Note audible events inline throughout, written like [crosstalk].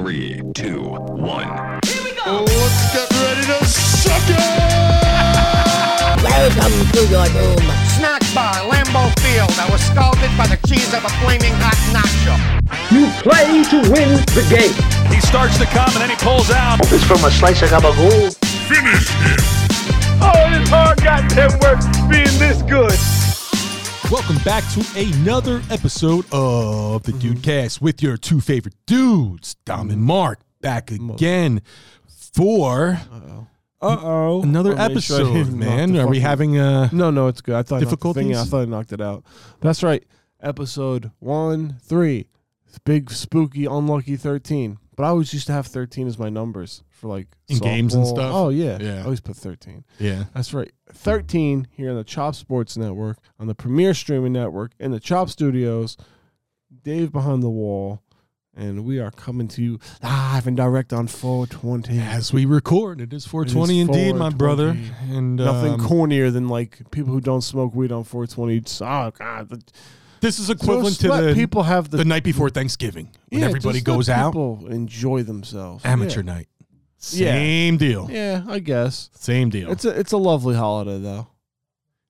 Three, two, one. Let's get ready to suck it! Welcome to your room. snack bar, Lambeau Field. I was scalded by the cheese of a flaming hot nacho. You play to win the game. He starts to come and then he pulls out. It's from a slice of gabagool. Welcome back to another episode of the Mm-hmm. Dude Cast with your two favorite dudes, Dom and Mark, back again for Uh-oh. another Uh, I'll make sure Oh, I episode. didn't knock man, the are we fucking- having a? No, no, it's good. I thought I knocked the thing out. I Difficulties? thought I knocked it out. That's right. Episode 1, 3. It's Big spooky unlucky 13. But I always used to have 13 as my numbers for like In games and softball. stuff? Oh yeah. Yeah. I always put 13. Yeah, That's right. 13 here on the Chop Sports Network, on the Premier Streaming Network, in the Chop Studios. Dave behind the wall. And we are coming to you live and direct on 420. as we record, it is 420 indeed, my 420. brother. And Nothing um, cornier than like people who don't smoke weed on 420. Oh God, the, This is equivalent Just let to the people have the, the night before Thanksgiving when Yeah, everybody just let goes out, People enjoy themselves. amateur Yeah. night. Yeah. Same deal. Yeah, I guess Same deal. it's a it's a lovely holiday though.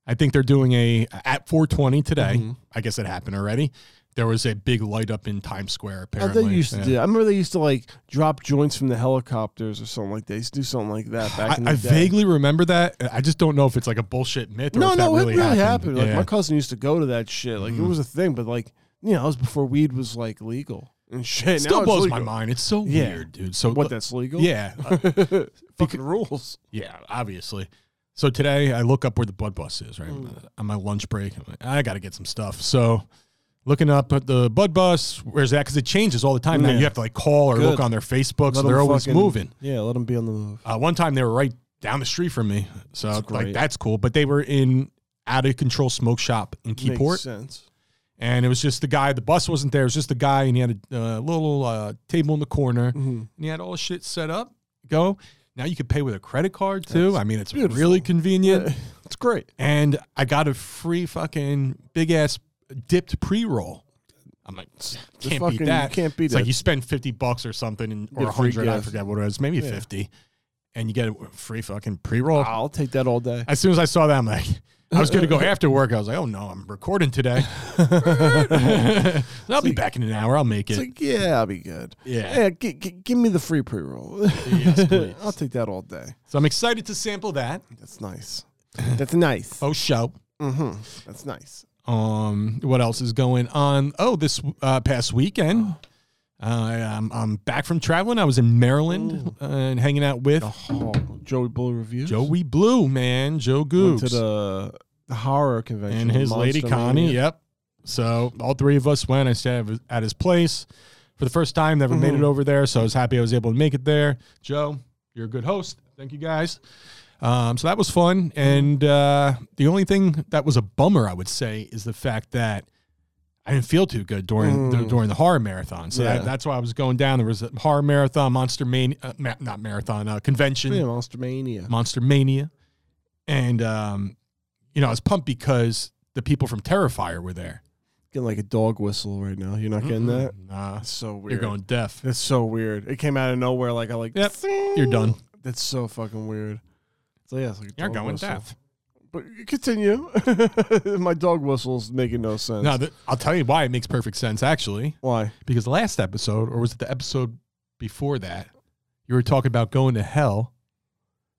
I think they're doing a at 420 today. Mhm. I guess it happened already. There was a big light up in Times Square. Uh, Apparently, They used to Yeah. do. I remember they used to like drop joints from the helicopters or something like that. They used to do something like that back I, in the I day. vaguely remember that. I just don't know if it's like a bullshit myth. Or no, if that no, really it really happened. happened. Like Yeah. Mm-hmm. my cousin used to go to that shit. Like it was a thing, but like you know, it was before weed was like legal and shit. it still now blows it's my legal. mind. It's so Yeah. weird, dude. So What that's legal? [laughs] Yeah, uh, fucking rules. yeah, obviously. So today I look up where the Bud Bus is. Right Hmm. uh, on my lunch break, I'm like, I got to get some stuff. So looking up at the Bud Bus, where's that? Because it changes all the time. Now Yeah. you have to like call or look Good. on their Facebook. So Let they're 'em always fucking- moving. Yeah, let them be on the move. Uh, one time they were right down the street from me, so like great. that's cool. But they were in out of control smoke shop in Makes Keyport, sense. and it was just the guy. The bus wasn't there. It was just the guy, and he had a uh, little uh, table in the corner, Mm-hmm. and he had all his shit set up. Go now, you could pay with a credit card too. I mean, it's really convenient, It's great. and I got a free fucking big ass dipped pre roll. I'm like, can't fucking- beat that. you can't beat it's like that. you spend fifty bucks or something, and, Get or a free hundred. I gift. forget what it was, maybe fifty, and you get a free fucking pre roll. I'll take that [laughs] all day. As soon as I saw that, I'm like, I was [laughs] going to go after work. I was like, oh no, I'm recording today. [laughs] I'll be back in an hour. I'll make it. It's like, yeah, I'll be good. Yeah. g- g- give me the free pre roll. please. [laughs] I'll take that all day. so I'm excited to sample that. That's nice. That's nice. Oh, show. Mm-hmm. That's nice. Um, what else is going on? Oh, this uh, past weekend, uh, I'm, I'm back from traveling. I was in Maryland uh, and hanging out with Oh, Joey Bull reviews. Joey Blue, man, Joe went to Goobs, the, the horror convention and his lady Monstermania. Connie. Yep. So all three of us went. I stayed at his- at his place for the first time. Never made it over there, so I was happy I was able to make it there. Joe, you're a good host. Thank you guys. Um, so that was fun, and uh, the only thing that was a bummer, I would say, is the fact that I didn't feel too good during the, during the horror marathon. So Yeah. that, that's why I was going down. There was a horror marathon, monster mania, uh, ma- not marathon, uh, convention. Yeah, Monster Mania. Monster Mania. And, um, you know, I was pumped because the people from Terrifier were there. Getting like a dog whistle right now. You're not Mm-hmm. getting that? Nah, That's so weird. you're going deaf. That's so weird. It came out of nowhere. Like I like. Yep, you're done. That's so fucking weird. So yeah, it's like a You're dog going whistle. deaf. But continue. [laughs] My dog whistle's making no sense. No, th- I'll tell you why it makes perfect sense, actually. Why? Because last episode, or was it the episode before that, you were talking about going to hell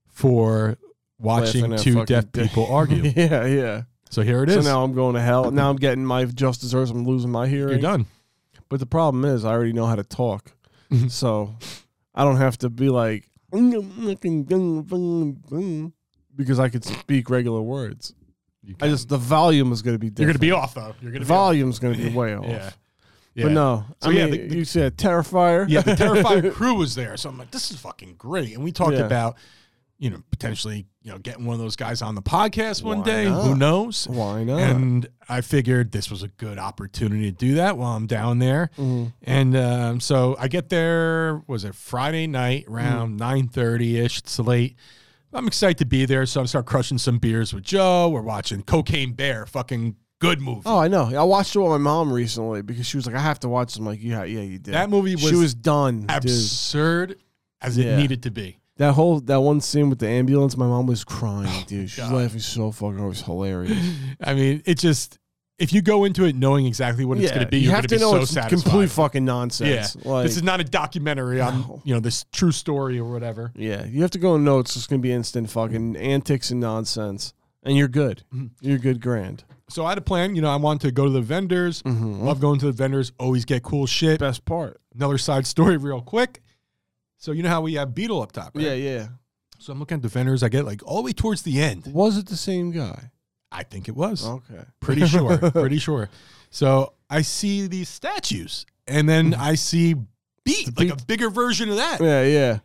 for watching Laughing at two fucking deaf dick. people argue. [laughs] Yeah, yeah. So here it So is. now I'm going to hell. Now I'm getting my just desserts. I'm losing my hearing. you're done. But the problem is, I already know how to talk, Mm-hmm. so I don't have to be like because I could speak regular words. You I just the volume is going to be you're going to different. be off, though. You're going to be off. volume's going to be way off. [laughs] Yeah. yeah. But no, So I yeah, mean, the- the- you said Terrifier. yeah, the [laughs] Terrifier crew was there, so I'm like, this is fucking great. And we talked Yeah. about, you know, potentially, you know, getting one of those guys on the podcast one Why day. not? Who knows? Why not? And I figured this was a good opportunity to do that while I'm down there. Mm-hmm. And um, so I get there. Was it Friday night Mm. around nine thirty ish? It's late. I'm excited to be there, so I start crushing some beers with Joe. We're watching Cocaine Bear, fucking Good movie. Oh, I know. I watched it with my mom recently because she was like, "I have to watch." This. I'm like, "Yeah, yeah, you did." That movie she was was done. dude. Absurd as Yeah. it needed to be. That whole that one scene with the ambulance, my mom was crying, dude. She's Oh God. laughing so fucking hard. It was hilarious. I mean, it just if you go into it knowing exactly what it's going to be, you you're have gonna to be know so it's satisfied. complete fucking yeah, nonsense. Like, this is not a documentary on No. you know this true story or whatever. yeah, you have to go and know it's just gonna be instant fucking antics and nonsense, and you're good. Mm-hmm. You're good, grand. So I had a plan. You know, I wanted to go to the vendors. Love going to the vendors. Always get cool shit. Mm-hmm. Best part. Another side story, [laughs] real quick. So you know how we have Beetle up top, right? Yeah, yeah. So I'm looking at the vendors. I get like all the way towards the end. Was it the same guy? I think it was. Okay. Pretty [laughs] sure. pretty sure. So I see these statues, and Mm-hmm. then I see Beat, like a bigger version of that. Yeah, yeah.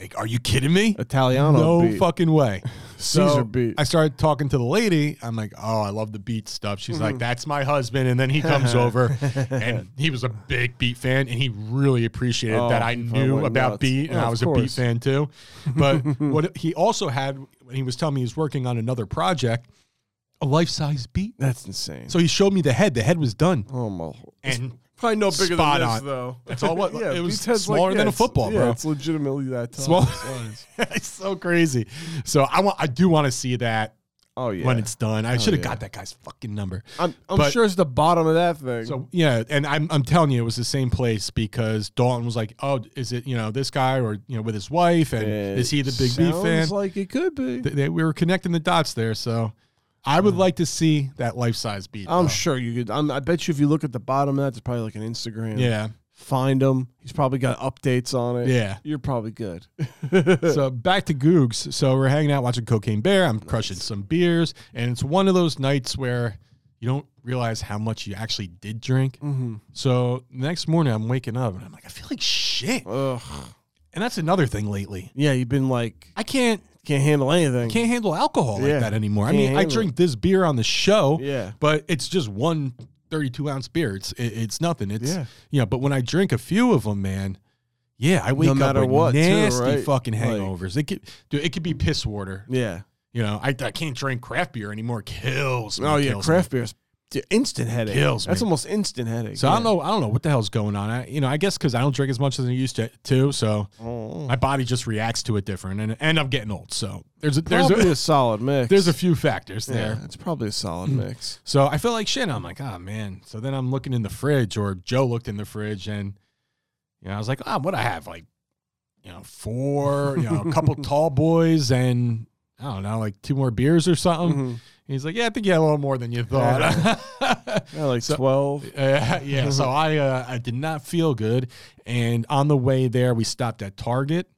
Like, are you kidding me? Italiano. no beat. fucking [laughs] way. Caesar So beat. I started talking to the lady. I'm like, oh, I love the beat stuff. She's like, that's my husband. And then he [laughs] comes over and he was a big beat fan and he really appreciated Oh, that I he probably knew went about nuts. beat and Oh, I of was a beat course. fan too. But [laughs] what he also had when he was telling me he was working on another project, a life size beat. That's insane. So he showed me the head. The head was done. oh my. And [laughs] Probably no bigger than Spot this, on. though. That's all [laughs] what- it was Beats head's smaller than a it's- football, yeah, bro. It's legitimately that tall. Small- size. it's so crazy. So I want I do want to see that Oh yeah. when it's done. I should have yeah. got that guy's fucking number. I'm, I'm But- sure it's the bottom of that thing. So yeah, and I'm I'm telling you, it was the same place because Dalton was like, "Oh, is it you know this guy or you know with his wife and is he the big B Sounds fan?" like it could be. Th- they- we were connecting the dots there, so I would like to see that life size beat. I'm though. sure you could. I'm, I bet you if you look at the bottom of that, there's probably like an Instagram. Yeah. Find him. He's probably got updates on it. Yeah. You're probably good. [laughs] So back to Googs. So we're hanging out watching Cocaine Bear. I'm crushing some beers, and it's one of those nights where you don't realize how much you actually did drink. Mm. Mm-hmm. So the next morning, I'm waking up and I'm like, I feel like shit. Ugh. And that's another thing lately. Yeah, you've been like, I can't can't handle anything. Mm-hmm. can't handle alcohol Yeah. like that anymore. I Can't mean, I handle drink this beer on the show, Yeah. but it's just one 32 ounce beer. It's it, it's nothing. It's Yeah. you know, but when I drink a few of them, man, yeah, I wake matter up with what, too, nasty right? fucking Like- hangovers. it could dude, it could be piss water. Yeah. You know, I, I can't drink craft beer anymore. Kills. me, Oh yeah, kills craft beers. d- Instant headache. Kills That's me. almost instant headache. me. So I don't know. I don't know what the hell's going on. I, you know, I guess because I don't drink as much as I used to, too. So Hmm. Oh. my body just reacts to it different, and and I'm getting old. So there's a, there's Probably a, a, solid [laughs] mix. there's a few factors there. [laughs] Hmm. yeah, it's probably a solid mix. So I feel like shit. I'm like, oh man. So then I'm looking in the fridge, or Joe looked in the fridge, and you know, I was like, oh, what I have, like, you know, four, you know, a [laughs] couple tall boys, and I don't know, like two more beers or something. He's like, yeah, I think you had a little more than you thought. Mm-hmm. Yeah, Mm-hmm. like So- twelve. [laughs] Uh, yeah, so I uh, I did not feel good, and on the way there we stopped at Target,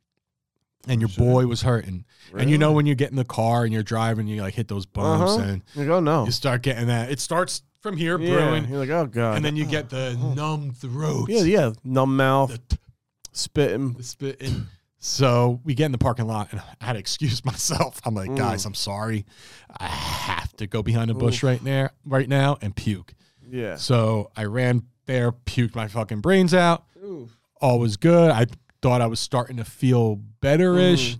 and your boy was hurting. And you know when you get in the car and you're driving, you like hit those bumps, Uh-huh. and Like, oh no. you start getting that. It starts from here Yeah. brewing, You're like, oh god. and then oh. you get the numb throat. yeah, yeah, numb mouth, The, spitting. the spit. And so we get in the parking lot, and I had to excuse [laughs] myself. I'm like, guys, I'm sorry. I have to go behind a bush right there, right now, and puke. Yeah. So I ran there, puked my fucking brains out. All was good. I thought I was starting to feel betterish.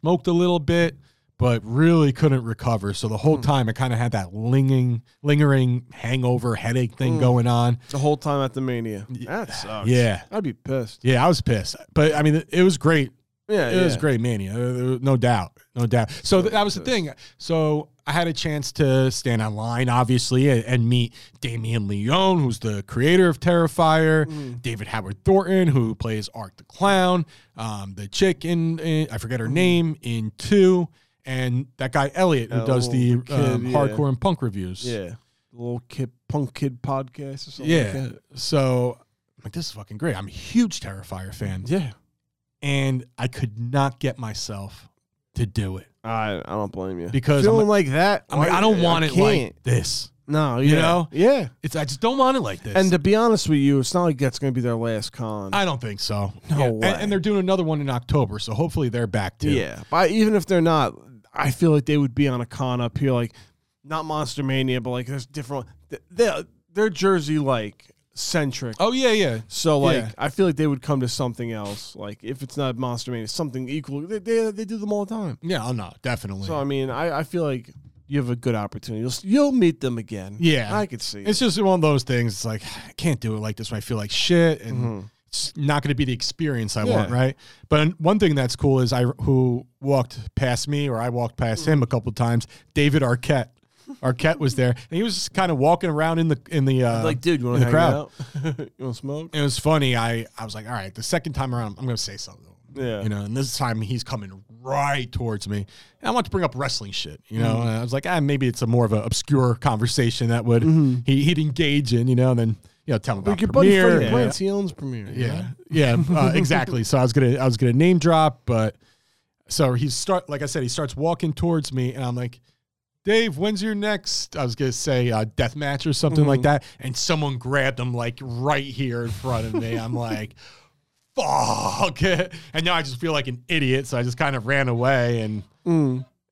Smoked a little bit, but really couldn't recover. So the whole time I kind of had that lingering, lingering hangover headache thing going on. The whole time at the mania. That sucks. Yeah. I'd be pissed. Yeah, I was pissed, but I mean, it- it was great. Yeah, It was yeah. great mania, Uh, there was no doubt, no doubt. So th- that was the thing. So I had a chance to stand online, obviously, and, and meet Damian Leone, who's the creator of Terrifier, Mm. David Howard Thornton, who plays Ark the Clown, um, the chick in, in- I Mm. forget her name in two, and that guy Elliot who does Oh, the the kid, um, yeah. hardcore and punk reviews. Yeah. Little kid punk kid podcast or something like yeah. that. So I'm like, this is fucking great. I'm a huge Terrifier fan. Yeah. and I could not get myself to do it I I don't blame you. Because feeling I'm like that. I'm like, I don't want it can't. like this. No, you yeah. know? Yeah. It's I just don't want it like this. And to be honest with you, it's not like that's gonna be their last con. I don't think so. No And- way. And, they're doing another one in October, so hopefully they're back too. yeah. But even if they're not, I feel like they would be on a con up here, like not Monster Mania, but like there's different th- they're they're Jersey like centric. Oh yeah, yeah. So like Yeah. I feel like they would come to something else. Like if it's not Monster Mania, something equal. They, they they do them all the time. Yeah, oh no, definitely. So I mean, I, I feel like you have a good opportunity. You'll, s- you'll meet them again. Yeah. I could see. It's it. just one of those things. It's like I can't do it like this when I feel like shit, and it's not going to be the experience I want, Mm-hmm. Yeah. right? But one thing that's cool is I who walked past me or I walked past Mm-hmm. him a couple times. David Arquette, Arquette was there, and he was just kind of walking around in the in the uh, like, dude, you in want to hang crowd. out? [laughs] you want to smoke? It was funny. I I was like, all right, the second time around, I'm going to say something. Yeah. You know, and this time he's coming right towards me. And I want to bring up wrestling shit. You know, Mm-hmm. and I was like, ah, maybe it's a more of an obscure conversation that would he, he'd engage in. You know, and then you know tell him about Mm-hmm. Like your buddy premiere. Freddie yeah, Prince, he owns Premiere. you know? yeah, [laughs] yeah, uh, exactly. So I was gonna I was gonna name drop, but so he start like I said, he starts walking towards me, and I'm like. Dave, when's your next? I was gonna say uh, death match or something Mm. like that, and someone grabbed him like right here in front of me. I'm like, [laughs] fuck, [laughs] and now I just feel like an idiot. So I just kind of ran away, and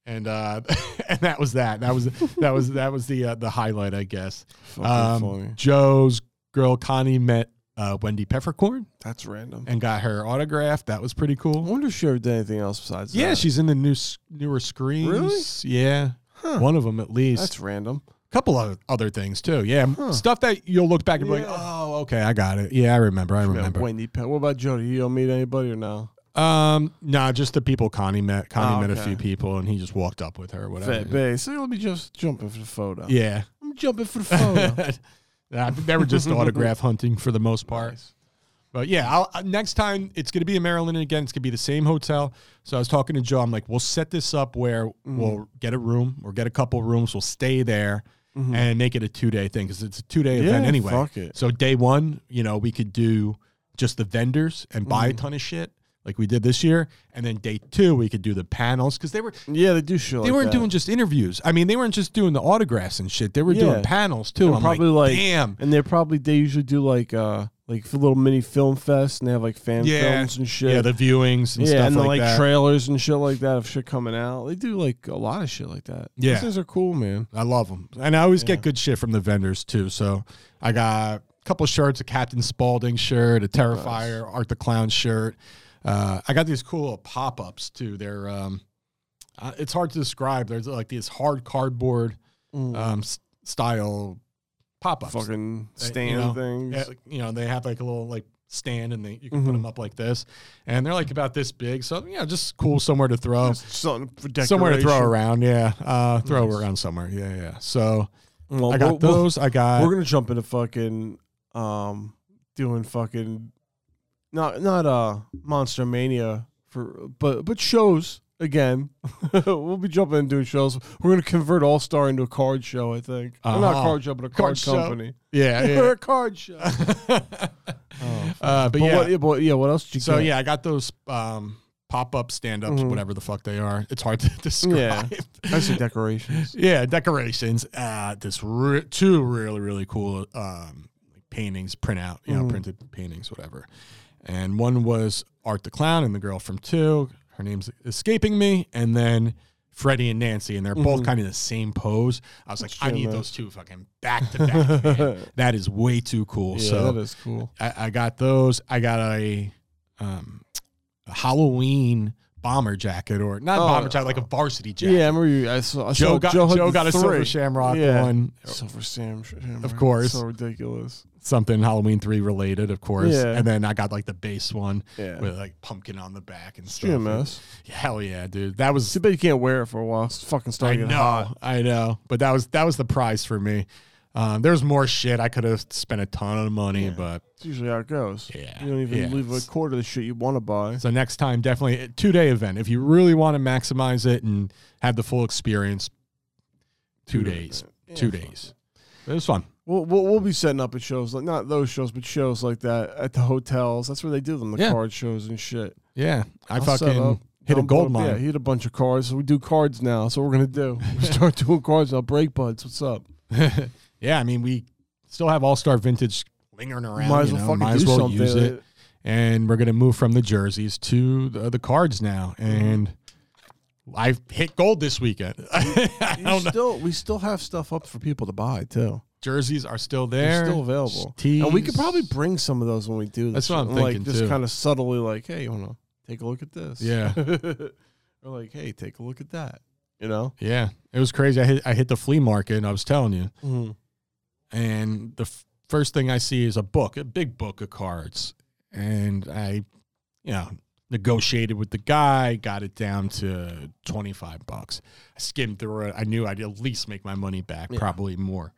and uh, [laughs] and that was that. That was that was that was the uh, the highlight, I guess. Fucking funny. Um, Joe's girl Connie met uh, Wendy Peppercorn That's random. and got her autograph. That was pretty I cool. wonder if she ever did anything else besides Yeah, that. she's in the new s- newer screens. Really? Yeah, one of them at least. That's random. couple of other things too. Yeah, m- stuff that you'll look back and be like, Yeah. "Oh, okay, I got it. Yeah, I remember. I Yeah, remember." Wendy Pe- What about Jody? You don't meet anybody or no? Um, nah, just the people Connie met. Connie Oh, met a okay. few people, and he just walked up with her, or whatever. Fat Bay. So let me just jump in for the photo. Yeah, I'm jumping for [laughs] the photo. Nah, they were just autograph hunting for the most part. But yeah, I'll, uh, next time it's going to be in Maryland again. It's going to be the same hotel. So I was talking to Joe. I'm like, we'll set this up where Mm. we'll get a room or get a couple rooms. We'll stay there and make it a two day thing because it's a two day event Mm-hmm. Yeah, anyway. fuck it. So day one, you know, we could do just the vendors and buy Mm-hmm. a ton of shit like we did this year. And then day two, we could do the panels because they were yeah, they do shit they like weren't that. doing just interviews. I mean, they weren't just doing the autographs and shit. They were Yeah. doing panels too. They're I'm probably like, damn. and they're probably they usually do like uh like f- little mini film fest and they have like fan Yeah. films and shit. Yeah, the viewings and yeah, stuff and the, like, like that. trailers and shit like that of shit coming out. They do like a lot of shit like that. Yeah. Those things are cool, man. I love them, and I always get good shit from the vendors too. So I got a couple shirts: a Captain Spaulding shirt, a Terrifier, Art the Clown shirt. Uh, I got these cool little pop-ups too. They're um, uh, it's hard to describe. There's like these hard cardboard um, s- style pop-ups. Uh, Fucking you stand know, things. yeah, like, you know, they have like a little like stand, and they you can Mm-hmm. put 'em put them up like this, and they're like about this big. So you know, just cool somewhere to throw Something for oh, somewhere to throw decoration. around. Yeah, uh, throw around somewhere. Yeah, yeah. So Well, I got we'll- we'll- those. I got We're gonna jump into fucking um doing fucking not not uh Monster Mania for but but shows again. [laughs] we'll be jumping into shows. We're gonna convert All Star into a card show, I think. Or not a Uh-huh. card show, but a Card card, show. [laughs] company. yeah, Or yeah. a card show. [laughs] Uh, but, Oh. But yeah. what, yeah, but yeah, what else did you so get? yeah, I got those um, pop up stand ups, whatever the fuck they are. It's hard to [laughs] describe. [laughs] Mm-hmm. I see [laughs] decorations. Yeah, decorations. Uh, this re- two really really cool um, paintings, printout, you know, Mm. printed paintings, whatever. And one was Art the Clown and the girl from Two. Her name's escaping me. And then Freddie and Nancy, and they're Mm-hmm. both kind of the same pose. I was like, I need those two fucking back to back. [laughs] man. That is way too cool. Yeah, so that is cool. I, I got those. I got a, um, a Halloween bomber jacket, or not Oh. bomber jacket, like a varsity Yeah, jacket. I remember you. I saw. I Joe saw got Joe, had Joe the got a silver three. shamrock Yeah. one, Silver Sam, Of course. so ridiculous. something Halloween three related, of course. Yeah. And then I got like the base one Yeah. with like pumpkin on the back and stuff. GMS. Hell yeah, dude! That was Too bad you can't wear it for a while. It's fucking I starting to get hot. know, I know. But that was that was the prize for me. Um, there's more shit. I could have spent a ton of money, but It's usually how it goes. Yeah, You don't even yeah. leave a quarter of the shit you want to buy. so next time definitely a two day event. If you really want to maximize it and have the full experience, two, Two-day days, event. Yeah, two fuck days. It was fun. We'll, we'll, we'll be setting up at shows, like not those shows, but shows like that at the hotels. That's where they do them, the Yeah. card shows and shit. Yeah, I I'll set up. fucking hit a Dump gold up- mine. Yeah, hit a bunch of cards. So we do cards now. That's what we're [laughs] going to do. We start doing cards now. Break buds. What's up? [laughs] yeah, I mean, we still have All Star Vintage lingering around. Might as you well know, fucking might do as well something. use it. And we're gonna move from the jerseys to the, the cards now. And I hit gold this weekend. [laughs] I Mm-hmm. You don't know. still, we still have stuff up for people to buy, too. Jerseys are still They're there, still available. Tees. And we could probably bring some of those when we do this. That's what I'm and, thinking, Like, just too. kind of [laughs] subtly, like, hey, you want to take a look at this? Yeah. or like, hey, take a look at that. You know, Yeah, it was crazy. I hit, I hit the flea market, and I was telling you. And the f- first thing I see is a book, a big book of cards, and I, you know, negotiated with the guy, got it down to twenty five bucks. I skimmed through it. I knew I'd at least make my money back, probably more.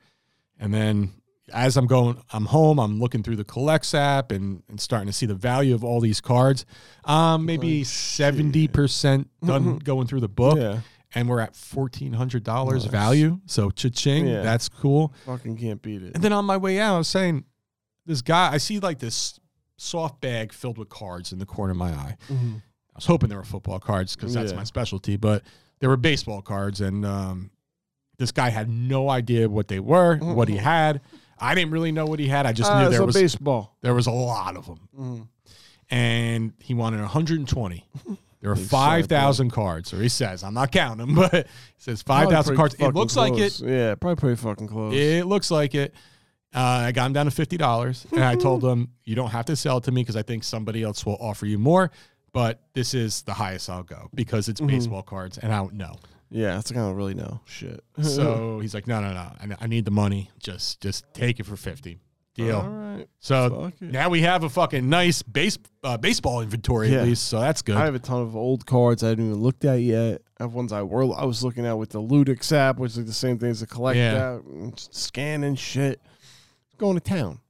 And then as I'm going, I'm home. I'm looking through the Collects app and, and starting to see the value of all these cards. Um, maybe seventy percent done going through the book Mm-hmm. Yeah. and we're at fourteen hundred dollars value. So cha-ching, Yeah. that's cool. fucking can't beat it. And then on my way out, I was saying, this guy, I see like this soft bag filled with cards in the corner of my eye. I was hoping there were football cards because that's Mm-hmm. Yeah. my specialty, but there were baseball cards, and um, this guy had no idea what they were, what he had. I didn't really know what he had. I just Ah, knew there Mm-hmm. so Mm-hmm. was baseball. there was a lot of them, and he wanted 120. [laughs] There were 5,000 cards, or he says, I'm not counting [laughs] them, but he says 5,000 cards. Probably pretty It looks fucking like it. close. Yeah, probably pretty fucking close. It looks like it. Uh, I got him down to fifty dollars, and I [laughs] told him, "You don't have to sell it to me because I think somebody else will offer you more, but this is the highest I'll go because Mm-hmm. it's baseball cards, and I don't know." Yeah, that's like I don't really know. Shit. [laughs] So he's like, "No, no, no, I, I need the money. Just, just take it for fifty. Deal." [laughs] all right. So Fuck it. now we have a fucking nice base uh, baseball inventory Yeah. at least, so that's good. I have a ton of old cards I haven't even looked at yet. I have ones I were I was looking at with the Ludix app, which is the same thing as the collect Yeah. app, and s- scanning shit. Going to town.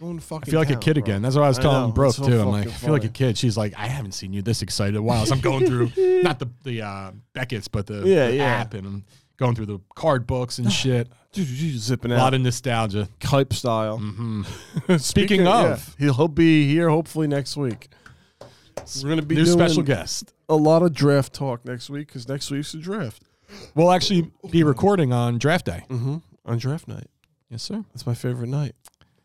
Going to fucking. I feel like a town, kid bro. again. That's what I was I telling know, Brooke it's so too. I'm like, I fucking feel like a funny. kid. She's like, I haven't seen you this excited in a while. So I'm going [laughs] through not the the uh, Beckett's, but the, Yeah, the yeah. app, and I'm going through the card books [sighs] and shit. Dude, you [laughs] just zipping A lot out of nostalgia. Mm-hmm. type style. [laughs] Speaking, yeah, of, he'll, he'll be here hopefully next week. We're gonna be new special doing guest. A lot of draft talk next week because next week's the draft We'll actually be Mm-hmm. recording on draft day. on draft night. Yes, sir. That's my favorite night.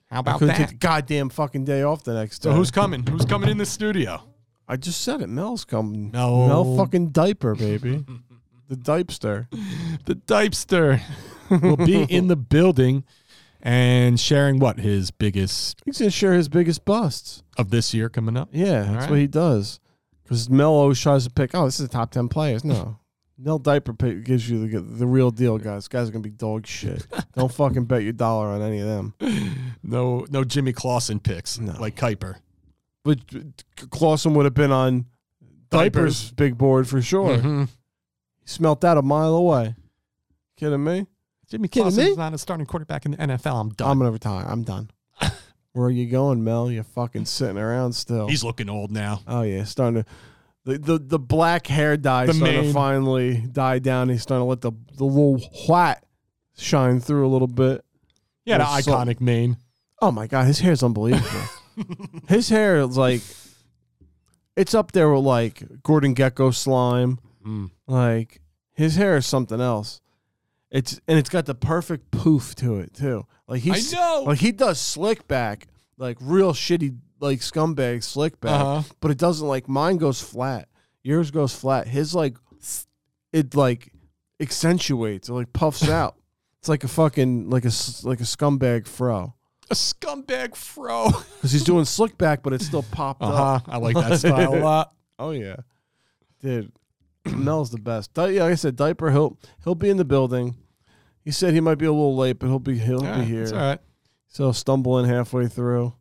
How I about couldn't take that? the goddamn fucking day off the next day. So who's coming? Who's coming in the [laughs] studio? I just said it. Mel's coming. No. Mel fucking diaper, [laughs] baby. the dipester. The [laughs] Dipester will be in [laughs] the building and sharing what his biggest He's gonna share his biggest busts. of this year coming up. Yeah, that's right. what he does. Because Mel always tries to pick. Oh, this is the top ten [laughs] players. No, Mel diaper pick gives you the the real deal, guys. Guys are gonna be dog [laughs] shit. Don't fucking bet your dollar on any of them. No, no Jimmy Clausen picks No. like Kuiper. But Clausen would have been on diapers big board for sure. Mm-hmm. He smelt that a mile away. Kidding me? Jimmy Kidding Clausen's me? not a starting quarterback in the NFL. I'm done. I'm gonna retire. [laughs] I'm done. Where are you going, Mel? You're fucking sitting around still. He's looking old now. Oh yeah, it's starting to the the, the black hair dye The starting mane. to finally die down. He's starting to let the the little white shine through a little bit. Yeah, the Well, so- iconic mane. Oh my god, his [laughs] hair's unbelievable. his hair is like it's up there with like Gordon Gecko slime. Mm. Like his hair is something else. It's and it's got the perfect poof to it too. Like he's I know! like he does slick back, like real shitty like scumbag slick back, Uh-huh. but it doesn't like mine goes flat. Yours goes flat. His like it like accentuates, it [laughs] like puffs out. It's like a fucking like a s- like a scumbag fro A scumbag [laughs] fro. because he's doing slick back, but it's still popped Uh up. huh. [laughs] I like that style a [laughs] lot. Oh yeah, dude, Mel's the best. Di- yeah, like I said, diaper. He'll he'll be in the building. He said he might be a little late, but he'll be he'll Yeah, be here. It's all right. So he'll stumble in halfway through.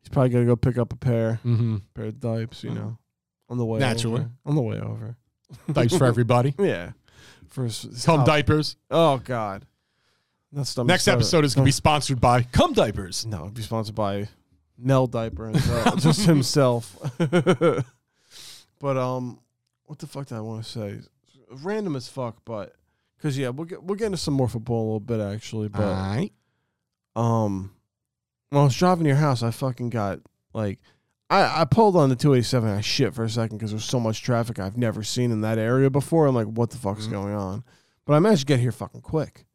He's probably gonna go pick up a pair Mm-hmm. [laughs] pair of diapers, you know, on the way Naturally. over. on the way over. Diapers for everybody. Yeah, for his, Come oh, diapers. Oh God, that's I'm Next sorry. episode is gonna be sponsored by Come Diapers. No, it'd be sponsored by Mel Diaper himself, [laughs] just himself. [laughs] but um, what the fuck did I want to say? Random as fuck, but because yeah, we'll get we'll get into some more football in a little bit actually. But right. um, when I was driving to your house, I fucking got like. I, I pulled on the 287. I shit for a second because there's so much traffic I've never seen in that area before. I'm like, what the fuck's going on? But I managed to get here fucking quick.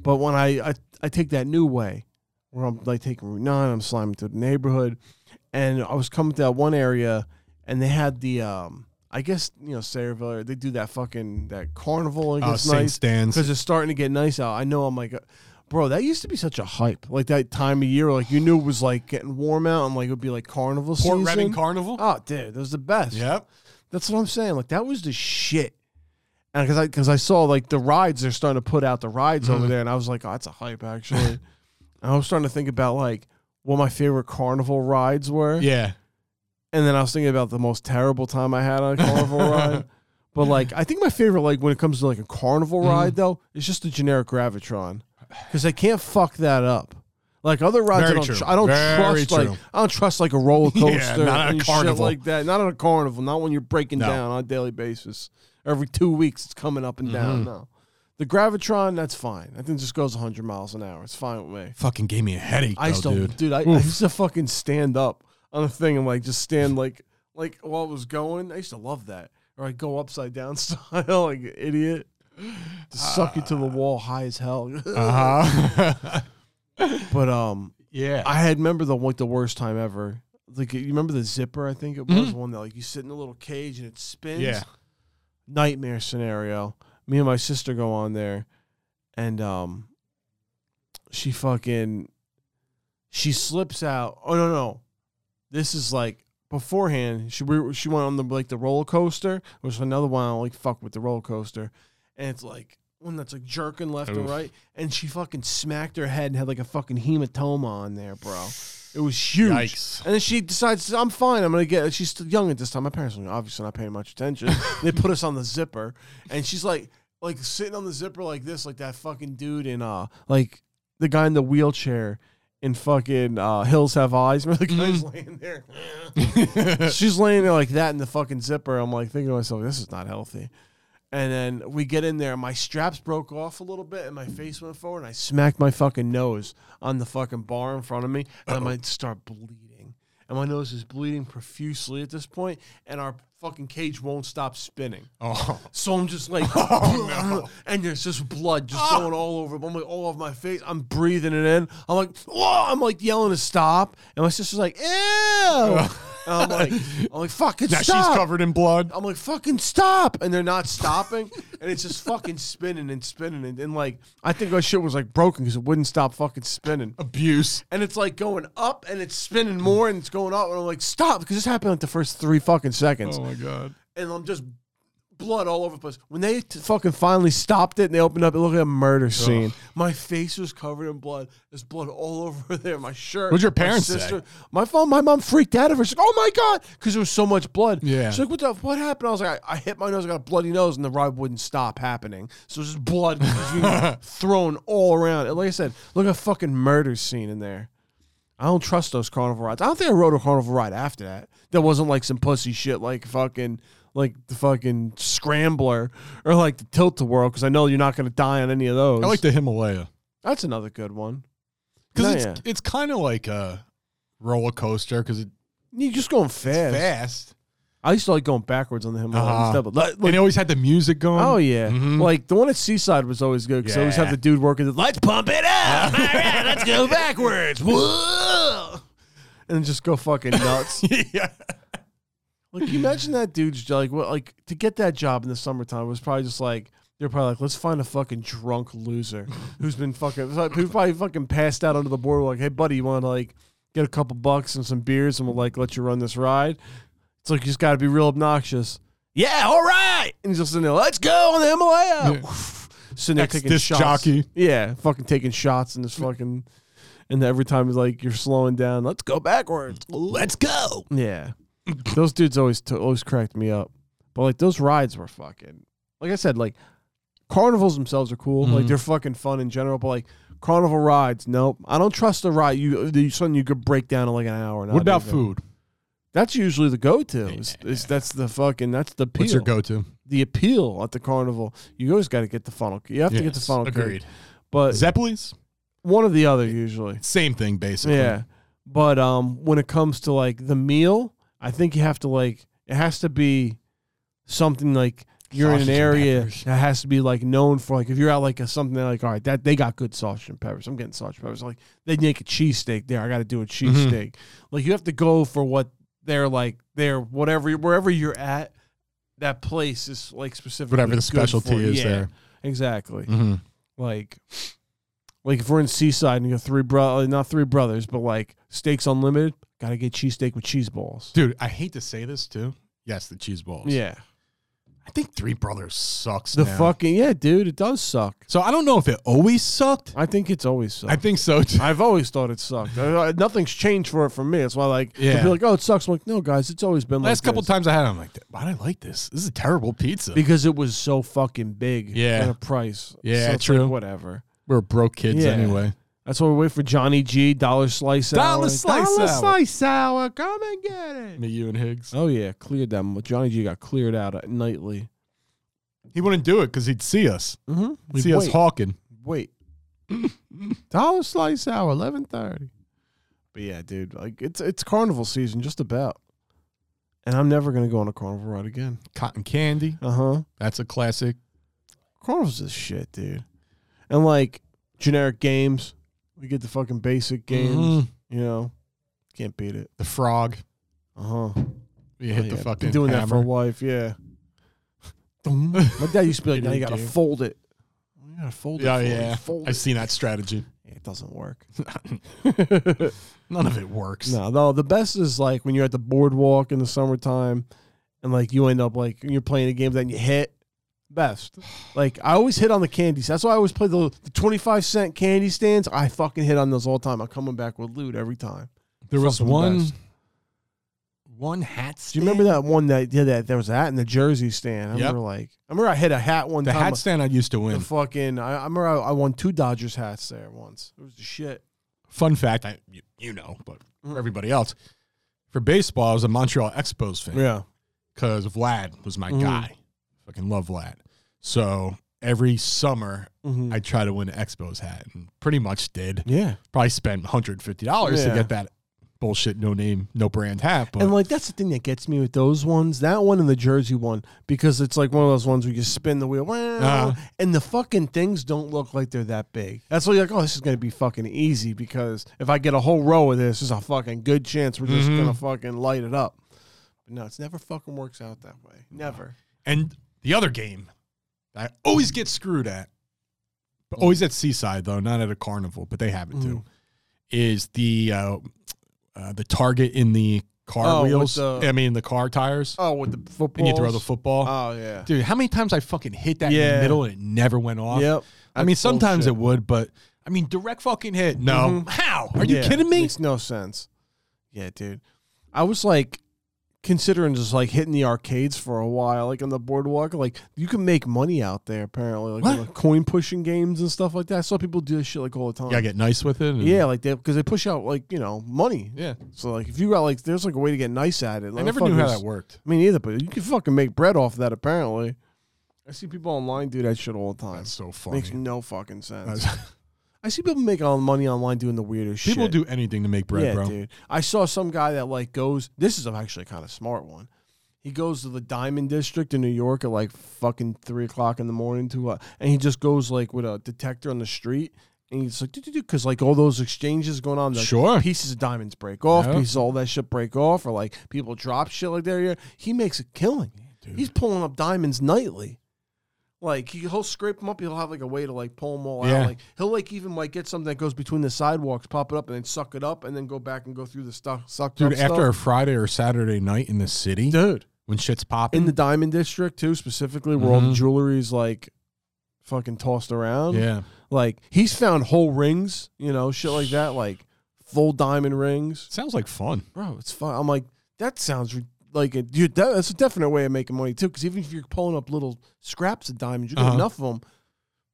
But when I, I I take that new way, where I'm like taking Route Nine, I'm sliding through the neighborhood, and I was coming to that one area, and they had the um, I guess you know Sayreville, they do that fucking that carnival. It Oh, gets St. nice Stan's. because it's starting to get nice out. I know. I'm like. uh, Bro, that used to be such a hype. Like that time of year, like you knew it was like getting warm out, and like it would be like carnival Port season. Ah. Redding Carnival. Oh, dude, that was the best. Yep. That's what I'm saying. Like that was the shit. and because I because I saw like the rides they're starting to put out the rides over there, and I was like, oh, that's a hype actually. [laughs] and I was starting to think about like what my favorite carnival rides were, Yeah. and then I was thinking about the most terrible time I had on a [laughs] carnival ride. But like, I think my favorite like when it comes to like a carnival Mm-hmm. ride though is just the generic Gravitron, because they can't fuck that up. Like other rides, Very I don't, true. tr- I don't Very trust true. like I don't trust like [laughs] a roller coaster, not on a and shit carnival. like that. Not on a carnival, not when you're breaking No. down on a daily basis. Every two weeks, it's coming up and Mm-hmm. down. No, the Gravitron, that's fine. I think it just goes 100 miles an hour. It's fine with me. Fucking gave me a headache, I though, used to, dude. dude, I, I used to fucking stand up on the thing and like just stand like like while it was going. I used to love that. Or I go upside down [laughs] style, like an idiot. Just suck you to the wall high as hell. [laughs] Uh-huh. [laughs] but um, yeah. I had remember the like the worst time ever. Like you remember the zipper? I think it was one that like you sit in a little cage and it spins. Yeah. Nightmare scenario. Me and my sister go on there, and um, she fucking she slips out. Oh no no, this is like beforehand. She we, she went on the like the roller coaster, which is another one I don't like fuck with the roller coaster, and it's like one that's like jerking left and Oof. right, and she fucking smacked her head and had like a fucking hematoma on there, bro. It was huge. Yikes. And then she decides, I'm fine. I'm going to get. She's still young at this time. My parents were obviously not paying much attention. they put us on the zipper. And she's like, like sitting on the zipper like this, like that fucking dude in, uh, like the guy in the wheelchair in fucking uh, Hills Have Eyes. [laughs] Remember the guy's laying there? she's laying there [laughs] like that in the fucking zipper. I'm like thinking to myself, this is not healthy. And then we get in there, and my straps broke off a little bit, and my face went forward, and I smacked my fucking nose on the fucking bar in front of me, and I might start bleeding. And my nose is bleeding profusely at this point, and our fucking cage won't stop spinning. oh. [laughs] So I'm just like, [laughs] and there's just blood just Ah. going all over, I'm like, all over my face. I'm breathing it in. I'm like, whoa! I'm like yelling to stop, and my sister's [laughs] like, ew. and I'm like, I'm like, fucking Now stop. she's covered in blood. I'm like, fucking stop. And they're not stopping. and it's just fucking spinning and spinning. And, and like, I think my shit was like broken because it wouldn't stop fucking spinning. Abuse. And it's like going up and it's spinning more and it's going up. And I'm like, stop. Because this happened like the first three fucking seconds. Oh, my God. And I'm just blood all over the place. When they t- fucking finally stopped it and they opened up, it looked like a murder scene. My face was covered in blood. There's blood all [laughs] over there. My shirt. What'd your my parents say? My phone. My mom freaked out of her. She's like, "Oh my god," because there was so much blood. Yeah. She's like, "What the? What happened?" I was like, "I, I hit my nose. I got a bloody nose, and the ride wouldn't stop happening. So just blood [laughs] [laughs] was being thrown all around. And like I said, look at a fucking murder scene in there." I don't trust those carnival rides. I don't think I rode a carnival ride after that. That wasn't like some pussy shit like fucking like the fucking scrambler or like the tilt a whirl because I know you're not gonna die on any of those. I like the Himalaya. That's another good one. Because No, it's, it's kind of like a roller coaster because it's You're just going fast. fast. I used to like going backwards on the Himalayas. Uh-huh. Double- like- and it always had the music going. oh yeah, Mhm. like the one at Seaside was always good because I always have Yeah. the dude working. The, Let's pump [laughs] it up. All right, let's go backwards. Whoa. And just go fucking nuts. [laughs] yeah. Like, can you imagine that dude's jo- like, what, like to get that job in the summertime was probably just like they're probably like, let's find a fucking drunk loser who's been fucking, who's probably fucking passed out under the board. Like, hey buddy, you want to like get a couple bucks and some beers, and we'll like let you run this ride. It's like you just got to be real obnoxious. Yeah, all right. And he's just in there, let's go on the Himalaya. [laughs] Sitting there taking Ex-disc shots. jockey. Yeah, fucking taking shots and this fucking. And every time it's like you're slowing down, let's go backwards. Let's go. Yeah, those dudes always t- always cracked me up. But like those rides were fucking. Like I said, like carnivals themselves are cool. Mm-hmm. Like they're fucking fun in general. But like carnival rides, nope. I don't trust the ride. You you something you could break down in like an hour. What not about even. food? That's usually the go to. Is, is that's the fucking that's the appeal. What's your go to? the appeal at the carnival. You always got to get the funnel. You have to get the funnel. cake, Agreed. but Zeppeli's? one or the other usually. Same thing, basically. Yeah. But um when it comes to like the meal, I think you have to like it has to be something like you're in Sausage an and area peppers. that has to be like known for like if you're out like a something that, like all right that they got good sausage and peppers I'm getting sausage and peppers like they make a cheesesteak there I got to do a Mm-hmm. cheesesteak like you have to go for what they're like they're whatever wherever you're at that place is like specifically Whatever the good specialty for you. is Yeah, there. exactly Mm-hmm. like like if we're in Seaside and you got three bro uh, not three brothers, but like steaks unlimited, gotta get cheesesteak with cheese balls. Dude, I hate to say this too. Yes, the cheese balls. Yeah. I I think Three Brothers sucks. The now. fucking yeah, dude, it does suck. So I don't know if it always sucked. I think it's always sucked. I think so too. I've always thought it sucked. I- I- nothing's changed for it for me. That's why, like, Yeah. people are like, oh, it sucks. I'm like, no, guys, it's always been Last like couple this. times I had, it, I'm like, why did I like this? This is a terrible pizza. because it was so fucking big. Yeah. and a price. Yeah, so it's true. like, whatever. We're broke kids Yeah. anyway. That's why we wait for Johnny G Dollar Slice. Dollar Hour. Slice Dollar Hour. uh, Slice Hour. Come and get it. Me, you, and Higgs. Oh yeah, cleared them. Johnny G got cleared out at nightly. He wouldn't do it because he'd see us. Mm-hmm. He'd see us hawking. wait. Dollar slice hour, eleven thirty. But yeah, dude, like it's it's carnival season, just about. And I'm never gonna go on a carnival ride again. Cotton candy. Uh huh. That's a classic. Carnival's is shit, dude. And like generic games, we get the fucking basic games. Mhm. You know, can't beat it. The frog. Uh huh. You hit Oh, yeah. the Been fucking doing that for a hammer. life. Yeah. yeah, [laughs] My dad used to be like, It "Now is you gotta game. fold it. You gotta fold it. fold it, yeah. fold I've it." seen that strategy. It doesn't [laughs] work. [laughs] None of it works. No, no. The best is like when you're at the boardwalk in the summertime, and like you end up like you're playing a game that you hit. [sighs] Best. Like I always hit on the candies. That's why I always play the, the 25 cent candy stands. I fucking hit on those all the time. I'm coming back with loot every time. There was Fucking the one, best. one hat. Stand. Do you remember that one that did that? There was a hat in the jersey stand. I Yep. remember like I remember I hit a hat one The time. hat stand I used to The win. fucking I, I remember I, I won two Dodgers hats there once. It was the shit. Fun fact, I, you, you know, but Mm. for everybody else, for baseball, I was a Montreal Expos fan. Yeah. because Vlad was my Mhm. guy. Fucking love Vlad. So every summer Mhm. I try to win an Expos hat and pretty much did. Yeah. Probably spent hundred fifty dollars Yeah. to get that bullshit no name, no brand hat. But and like that's the thing that gets me with those ones, that one and the jersey one, because it's like one of those ones where you spin the wheel, wow, Uh-huh. and the fucking things don't look like they're that big. That's why you're like, oh, this is gonna be fucking easy because if I get a whole row of this, there's a fucking good chance we're just Mhm. gonna fucking light it up. But no, it's never fucking works out that way. Never. and the other game I always get screwed at, but always at Seaside though, not at a carnival, but they have it Mm. too. Is the uh, uh, the target in the Oh, car with wheels? the- I mean the car tires, Oh, with the football. and you throw the football. Oh yeah. Dude, how many times I fucking hit that in Yeah. the middle and it never went off? Yep. I mean, That's sometimes it bullshit. would, but I mean, direct fucking hit. No. How? Are you Yeah, kidding me? Makes no sense. Yeah, dude. I was like considering just like hitting the arcades for a while, like on the boardwalk. Like you can make money out there apparently, like, on, What? like, coin pushing games and stuff like that. I saw people do this shit like all the time. Yeah, I get nice with it. and- yeah, like they because they push out like you know money. Yeah. So like if you got like there's like a way to get nice at it. I Like, never knew how fuckers- that worked. I mean, either, but you can fucking make bread off that apparently. I see people online do that shit all the time. That's so funny. Makes no fucking sense. That's- [laughs] I see people make all money online doing the weirdest shit People do anything to make bread, yeah, bro. dude. I saw some guy that like goes. This is actually kind of smart one. He goes to the Diamond District in New York at like fucking three o'clock in the morning to, uh, and he just goes like with a detector on the street, and he's like, because like all those exchanges going on, like, Sure. pieces of diamonds break off, Yeah. pieces of all that shit break off, or like people drop shit like there. He makes a killing. He's pulling up diamonds nightly. Like he- he'll scrape them up. He'll have like a way to like pull them all Yeah. out. Like he'll like even like get something that goes between the sidewalks, pop it up, and then suck it up, and then go back and go through the stuff. Sucked Dude, up after a stuff. Friday or Saturday night in the city, dude when shit's in popping, the diamond district too, specifically where all the Mhm. jewelry's like fucking tossed around. yeah, like he's found whole rings, you know, shit like that, like full diamond rings. sounds like fun. bro, it's fun. I'm like, that sounds re- like a, dude, that, that's a definite way of making money too. Because even if you're pulling up little scraps of diamonds, you get Uh-huh. enough of them,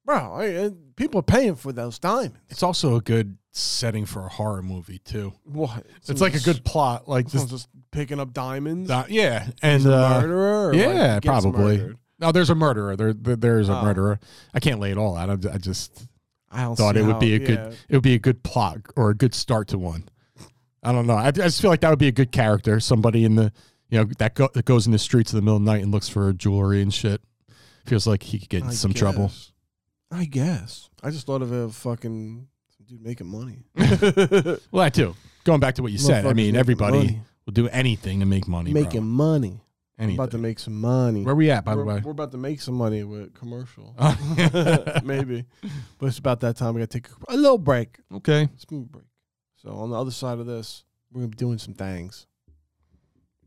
bro. I, and people are paying for those diamonds. It's also a good setting for a horror movie too. What? It's like a good plot, like just, just picking up diamonds. not- yeah, and the uh, murderer. or, like, yeah, gets probably. murdered. No, there's a murderer. There, there, there is a Oh. murderer. I can't lay it all out. I, I just I don't thought see it would how- be a yeah. good it would be a good plot or a good start to one. I don't know. I, I just feel like that would be a good character. Somebody in the you know that, go, that goes in the streets in the middle of the night and looks for jewelry and shit. Feels like he could get in I some trouble. guess. I guess. I just thought of a fucking dude making money. Well, I do. Going back to what you said, I Motherfuckers mean, making everybody money. will do anything to make money. bro. making money. I'm anything. about to make some money. Where we at, by we're, the way? we're about to make some money with commercial. Oh. [laughs] Maybe. But it's about that time we got to take a little break. [laughs] okay. Smooth break. So on the other side of this, we're going to be doing some things.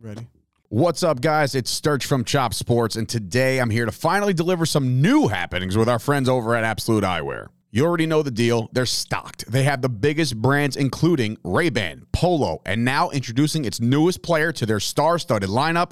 Ready? What's up, guys? It's Sturch from Chop Sports, and today I'm here to finally deliver some new happenings with our friends over at Absolute Eyewear. You already know the deal. They're stocked. They have the biggest brands, including Ray-Ban, Polo, and now introducing its newest player to their star-studded lineup,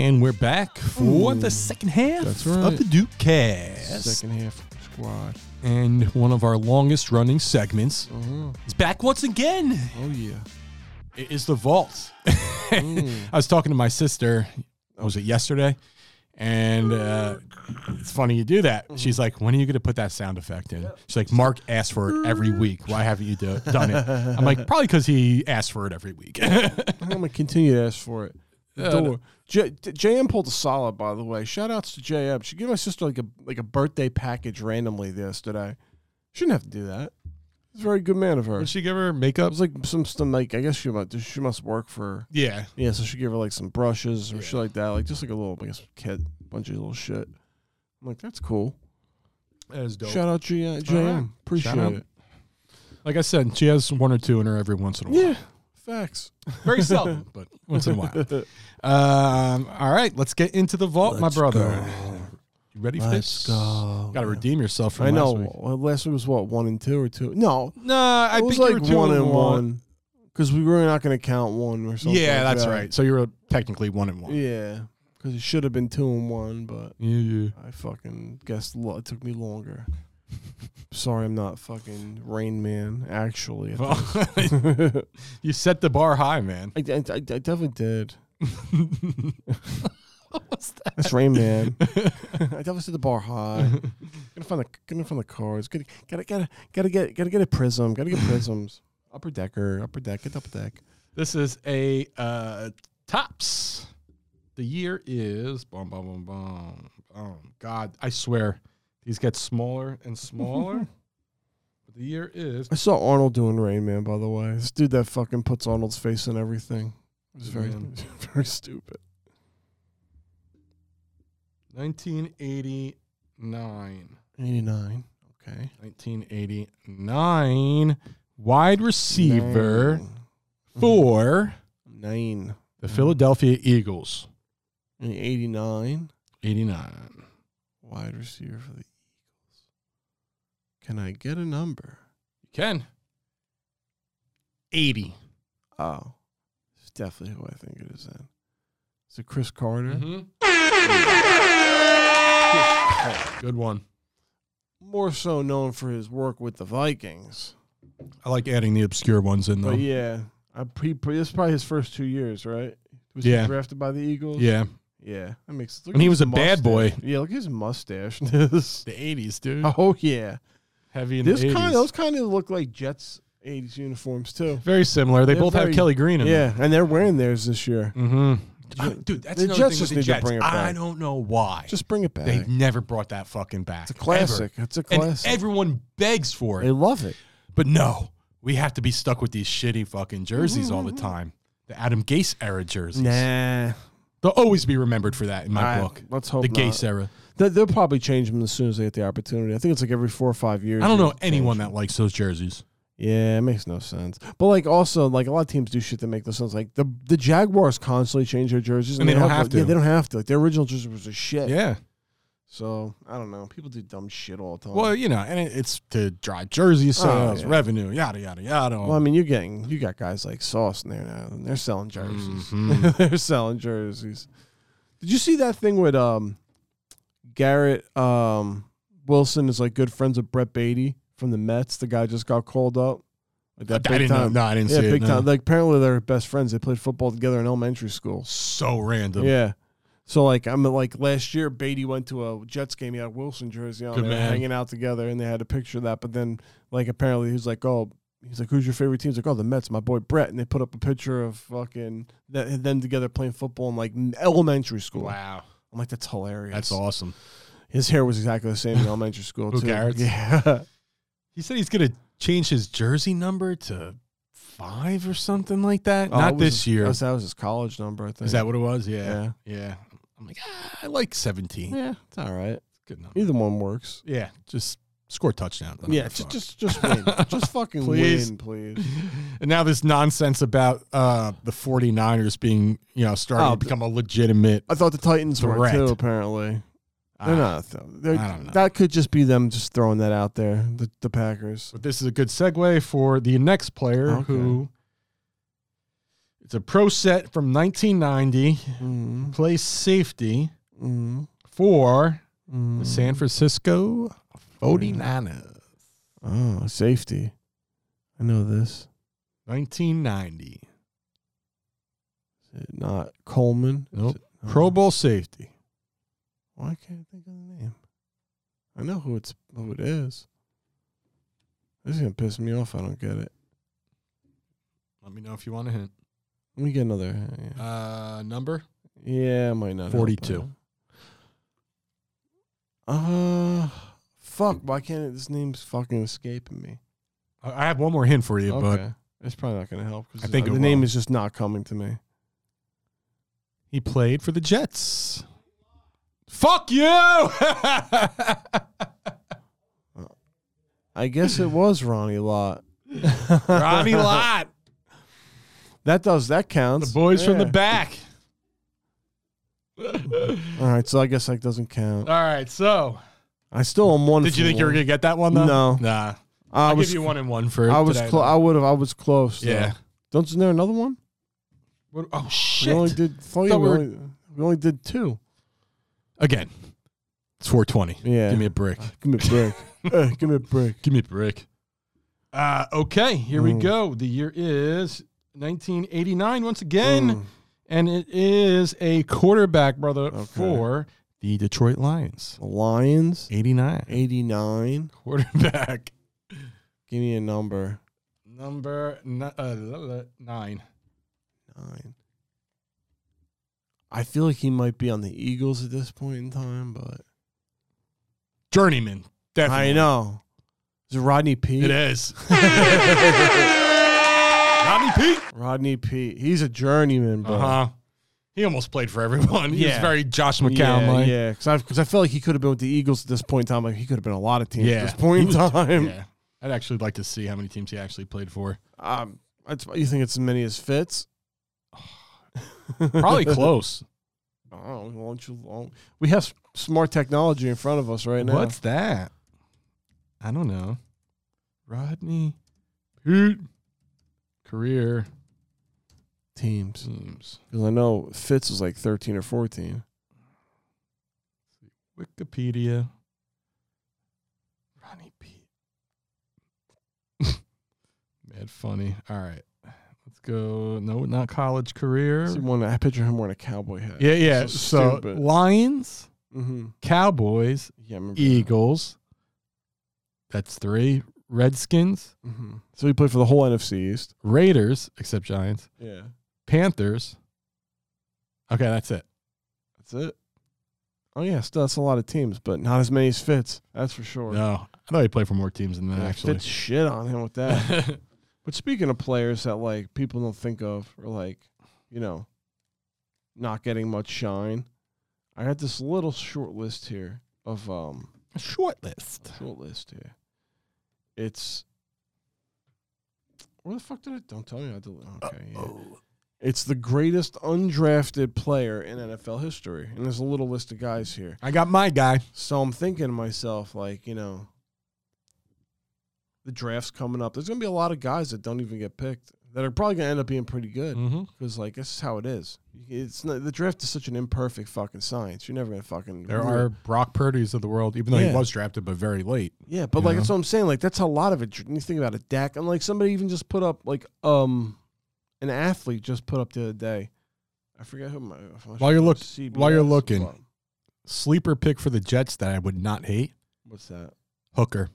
And we're back for the second half That's of right. the Duke cast. Second half squad. And one of our longest running segments is back once again. Oh yeah. It is the vault. I was talking to my sister, was it yesterday? And uh, it's funny you do that. She's like, when are you going to put that sound effect in? She's like, Mark asked for it every week. Why haven't you do- done it? I'm like, probably because he asked for it every week. [laughs] [laughs] I'm gonna continue to ask for it. Don't worry. J- J- JM pulled a solid, by the way. Shout outs to JM. She gave my sister like a like a birthday package randomly yesterday. Shouldn't have to do that. It's very good man of her. It she give her makeup? was like some some like I guess she must she must work for Yeah. yeah. So she gave her like some brushes or shit like that, like just like a little I guess kit bunch of little shit. I'm like that's cool. That is dope. Shout out G- uh, JM. right. Appreciate Shout out. it. Like I said, she has one or two in her every once in a while. Yeah, [laughs] facts. Very seldom, but once in a [laughs] while. Um, all right, let's get into the vault, my brother. You ready for this? Got to redeem yourself from I know. last week. Well, last week was what one and two or two? No, Nah, I it think was you like were two one and and one because we were not going to count one or something. Yeah, like that's that. right. So you were technically one and one. Yeah, because it should have been two and one, but Yeah, yeah. I fucking guessed. Lo- it took [laughs] me longer. Sorry, I'm not fucking Rain Man. Actually, [laughs] [laughs] I, think- Well, you set the bar high, man. I, I, I definitely [laughs] did. That's Rain [laughs] Man. I definitely set the bar high. gotta find the gotta find the cards. Gotta gotta gotta gotta get gotta get a prism. Gotta get prisms. [laughs] upper decker. Upper deck. Get the upper deck. This is a uh, tops. The year is boom, boom, boom, boom, boom. God, I swear, these get smaller and [laughs] smaller. but the year is I saw Arnold doing Rain Man, by the way. This dude that fucking puts Arnold's face in everything. It was very, Man. [laughs] very stupid. 1989. 89. Okay. 1989 wide receiver for Nine. the Philadelphia Eagles. And 89. 89. Wide receiver for the Eagles. Can I get a number? You can. 80. Oh. It's definitely who I think it is then. Is it Chris Carter? Mm-hmm. [laughs] Good one. More so known for his work with the Vikings. I like adding the obscure ones in though. But yeah. I pre, pre, this is probably his first two years, right? Was Yeah. he drafted by the Eagles? yeah. Yeah, that makes. Look When at he was his a bad boy. mustache. Yeah, look at his mustache. [laughs] This- The 80s, dude. oh yeah, Heavy in this the 80s. kind of those kind of look like Jets '80s uniforms too. very similar. They They're both very- have Kelly Green in them. Yeah, and they're wearing theirs this year. Mm-hmm. Dude, that's The another thing Jets just with the need to Jets. bring it back. I don't know why. Just bring it back. They've never brought that fucking back. it's a classic. It's a And classic. everyone begs for it. they love it. But no, we have to be stuck with these shitty fucking jerseys all the time. The Adam Gase era jerseys. Mm-hmm. Nah, They'll always be remembered for that in my I- book. let's hope the not. Gase era. they, will probably change them as soon as they get the opportunity. I think it's like every four or five years. I don't they know change anyone them. that likes those jerseys. Yeah, it makes no sense. But like, also, like a lot of teams do shit that make no sense. Like the the Jaguars constantly change their jerseys, And they don't have to. Yeah, they don't have to. Like their original jersey was a shit. Yeah. So I don't know. People do dumb shit all the time. Well, you know, and it, it's to drive jersey sales, Oh, yeah. revenue, yada yada yada. Well, I mean, you're getting you got guys like Sauce in there now, and they're selling jerseys. Mhm. [laughs] they're selling jerseys. Did you see that thing with um, Garrett um, Wilson is like good friends with Brett Beatty from the Mets. The guy just got called up. Like I didn't know- no, I didn't yeah, see it, big no. time. Like apparently they're best friends. They played football together in elementary school. so random. Yeah. So like I'm like last year Beatty went to a Jets game. He had a Wilson jersey on, Good they were man. hanging out together, and they had a picture of that. But then like apparently he's like, oh, he's like, who's your favorite team? He's like, oh, the Mets, my boy Brett, and they put up a picture of fucking that, them together playing football in like elementary school. Wow, I'm like, that's hilarious. that's awesome. His hair was exactly the same in elementary school Who too. Garrett's? [laughs] Yeah. He said he's going to change his jersey number to five or something like that. Oh, Not it was this his- year. that was- that was his college number, I think. Is that what it was? Yeah. Yeah. I'm like, ah, I like 17. Yeah, it's all right. Good number. Either one works. Yeah. Just score a touchdown. I don't Yeah, give a just fuck. just just win. [laughs] just fucking Please. win, please. [laughs] and now this nonsense about uh, the 49ers being, you know, starting Oh, to become a legitimate. I thought the Titans were Threat. Ah, too. Apparently, they're not. Though. They're, I don't know. That could just be them just throwing that out there. The the Packers. But this is a good segue for the next player Okay. who it's a pro set from 1990, Mm, plays safety mm, for the mm. San Francisco 49ers. Oh, safety. I know this. 1990. Is it not Coleman. Is Nope. it- no. Pro Bowl safety. Why can't I think of the name? I know who it's who it is. This is gonna piss me off. I don't get it. Let me know if you want a hint. Let me get another. Yeah, Uh, number? yeah I might not. help, 42. but- Uh, fuck. Why can't it, this name's fucking escaping me? I I have one more hint for you, but okay, it's probably not gonna help because I think the it name will. is just not coming to me. He played for the Jets. Fuck [laughs] you! I guess it was Ronnie Lott. Ronnie Lott. That does that The counts. boys from the Yeah. back. All right, so I guess that doesn't count. All right, so I still am one. did you for think you were one. gonna get that one though? No. Nah. I I'll was. give you one and one for I was. today, Clo- I would have. I was close. though. Yeah. though. Don't you know another one? What- oh shit. We only did. Thought Thought you, we we, were- only, we only did two. Again. It's four twenty. Yeah. Give me a brick. [laughs] Give me [laughs] a break. Hey, give me a break. Give me a brick. Uh, okay, here we Mm. go. The year is 1989 once again, Mm. and it is a quarterback, brother, Okay. for the Detroit Lions. The Lions, 89 89. quarterback [laughs] Give me a number. number ni- uh, la- la- nine. Nine. I feel like he might be on the Eagles at this point in time, but Journeyman, definitely. I know. Is it Rodney Pete? It [laughs] is. Uh-huh. Rodney Pete. Rodney Pete. He's a journeyman, bro. Uh huh. He almost played for everyone. He was Yeah. very Josh McCown Yeah, like. yeah, because I because I feel like he could have been with the Eagles at this point in time. Like he could have been a lot of teams Yeah. at this point in time. Yeah. I'd actually like to see how many teams he actually played for. Um, that's, you think it's as many as Fitz? [laughs] Probably close. Oh, won't you? Long. We have s- smart technology in front of us right now. What's that? I don't know. Rodney Pete career teams? teams. Because I know Fitz was like thirteen or fourteen. Wikipedia. Rodney Pete. [laughs] Mad funny. All right. Let's go. No, not college career. See, one, I picture him wearing a cowboy hat. Yeah, yeah. So, So, stupid. Lions, hmm Cowboys, yeah, I remember Eagles. That's three. Redskins, hmm So he played for the whole NFC East. Raiders, except Giants, Yeah, Panthers. Okay, that's it. that's it. Oh yeah, still that's a lot of teams, but not as many as Fitz. That's for sure. No, I thought he played for more teams than that. Yeah, actually, Fitz shit on him [laughs] with that. But speaking of players that like people don't think of or like, you know, not getting much shine, I got this little short list here of um short list. short list here. It's where the fuck did it? Don't tell me I did. Okay, yeah. it's the greatest undrafted player in NFL history, and there's a little list of guys here. I got my guy. So I'm thinking to myself, like, you know, the draft's coming up. There's going to be a lot of guys that don't even get picked that are probably going to end up being pretty good Mm-hmm. because, like, this is how it is. It's not, the draft is such an imperfect fucking science. You're never going to fucking. There rule are it. Brock Purdy's of the world, even though Yeah. he was drafted but very late. Yeah, but you like know? that's what I'm saying. Like that's a lot of it. When you think about it, Dak, and like somebody even just put up like um, an athlete just put up the other day. I forget who my. While you're look- CBS, while you're looking. but- Sleeper pick for the Jets that I would not hate. What's that? Hooker.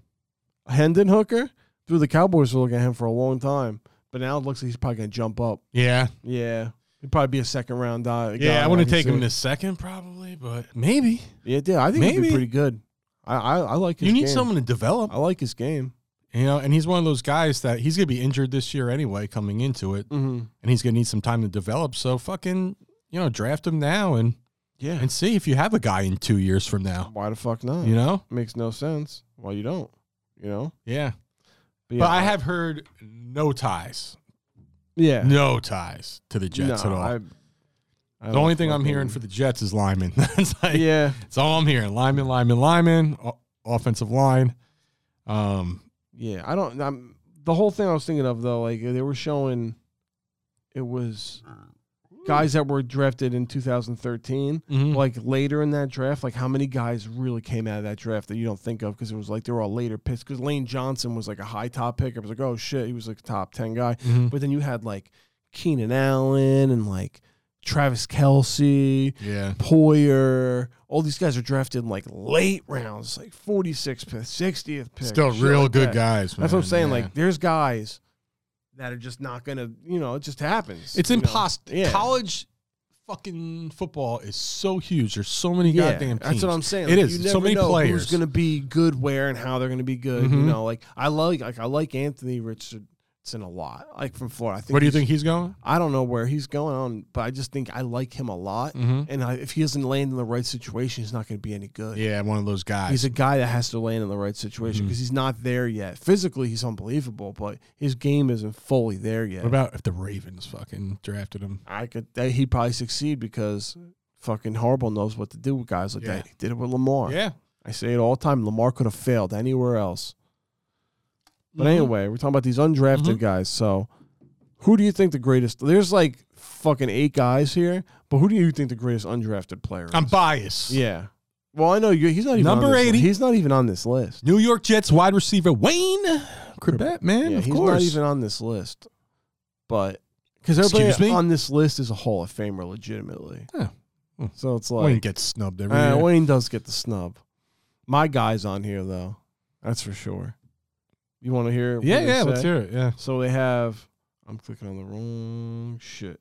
Hendon Hooker, dude, the Cowboys were looking at him for a long time, but now it looks like he's probably gonna jump up. Yeah, Yeah, He'd probably be a second round guy. Yeah, I wouldn't take him to. this second probably, but maybe. Yeah, yeah, I think he'd Maybe. be pretty good. I I, I like his You need game. Oh. someone to develop. I like his game. You know, and he's one of those guys that he's gonna be injured this year anyway, coming into it, Mm-hmm. and he's gonna need some time to develop. So fucking, you know, draft him now and Yeah. and see if you have a guy in two years from now. Why the fuck not? You know? makes no sense. Why you don't? You know. Yeah. yeah, But I have heard no ties, yeah no ties to the Jets No, at all. I- I the don't only thing I'm fucking- hearing for the Jets is lineman. [laughs] That's like, yeah That's all I'm hearing. Lineman, lineman, lineman, o- offensive line. Um, yeah I don't I'm the whole thing I was thinking of though like they were showing it was guys that were drafted in 2013 like, like later in that draft, like how many guys really came out of that draft that you don't think of because it was like they were all later picks. Because Lane Johnson was like a high top pick. I was like, oh shit, he was like a top ten guy. Mhm. But then you had like Keenan Allen and like Travis Kelsey, [laughs] yeah. Poyer. All these guys are drafted in like late rounds, like 46th pick, 60th pick. Still shit real like good that. guys. That's what I'm man. saying. Yeah. Like there's guys that are just not gonna, you know, it just happens. it's you know? impossible. Yeah. College fucking football is so huge. There's so many goddamn teams. That's what I'm saying. It Like, is. You It's never so many know players. who's going to be good where and how they're going to be good. You Mhm. know, like I like like I like Anthony Richardson a lot. Like from Florida, I think. Where do you he's- think he's going? I don't know where he's going on, but I just think I like him a lot. Mhm. And I, if he doesn't land in the right situation, he's not going to be any good. Yeah, one of those guys. He's a guy that has to land in the right Mm-hmm. situation because he's not there yet. Physically, he's unbelievable, but his game isn't fully there yet. what about if the Ravens fucking drafted him? I could that he'd probably succeed because fucking Harbaugh knows what to do with guys like Yeah. that. He did it with Lamar. Yeah. I say it all the time. Lamar could have failed anywhere else. But Mhm. anyway, we're talking about these undrafted Mm-hmm. guys. So, who do you think the greatest? There's like fucking eight guys here, but who do you think the greatest undrafted player is? I'm biased. yeah. Well, I know you. He's not even on Number this- 80. He's not even on this list. New York Jets wide receiver Wayne Corbett, man. yeah, of he's course. not even on this list. But because Excuse everybody me? on this list is a Hall of Famer, legitimately. Yeah. Well, So it's like Wayne gets snubbed every Uh, year. Wayne does get the snub. My guy's on here though. That's for sure. You want to hear? what yeah, they yeah. say? Let's hear it. Yeah. So they have. I'm clicking on the wrong shit.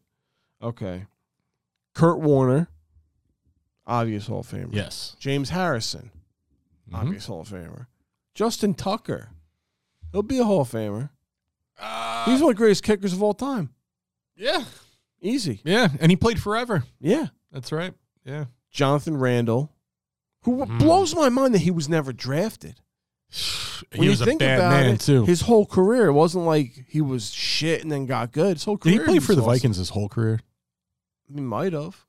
Okay. Kurt Warner, obvious Hall of Famer. Yes. James Harrison, Mhm. obvious Hall of Famer. Justin Tucker, he'll be a Hall of Famer. Uh, He's one of the greatest kickers of all time. Yeah. Easy. Yeah. And he played forever. Yeah. That's right. Yeah. Jonathan Randall, who Hmm. blows my mind that he was never drafted. He was a bad man, it, too. His whole career it wasn't like he was shit and then got good. His whole Did career he play for was the awesome. Vikings his whole career? He might have.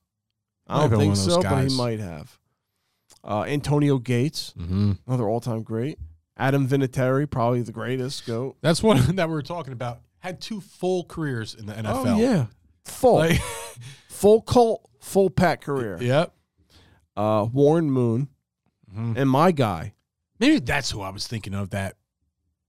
Might I have been don't one of think those so, but guys. he might have. Uh, Antonio Gates, Mm-hmm. another all-time great. Adam Vinatieri, probably the greatest goat. That's one [laughs] that we were talking about. Had two full careers in the NFL. Oh yeah, full, Like, [laughs] [laughs] full cult, full pack career. yep. Uh, Warren Moon, Mhm. and my guy Maybe that's who I was thinking of. That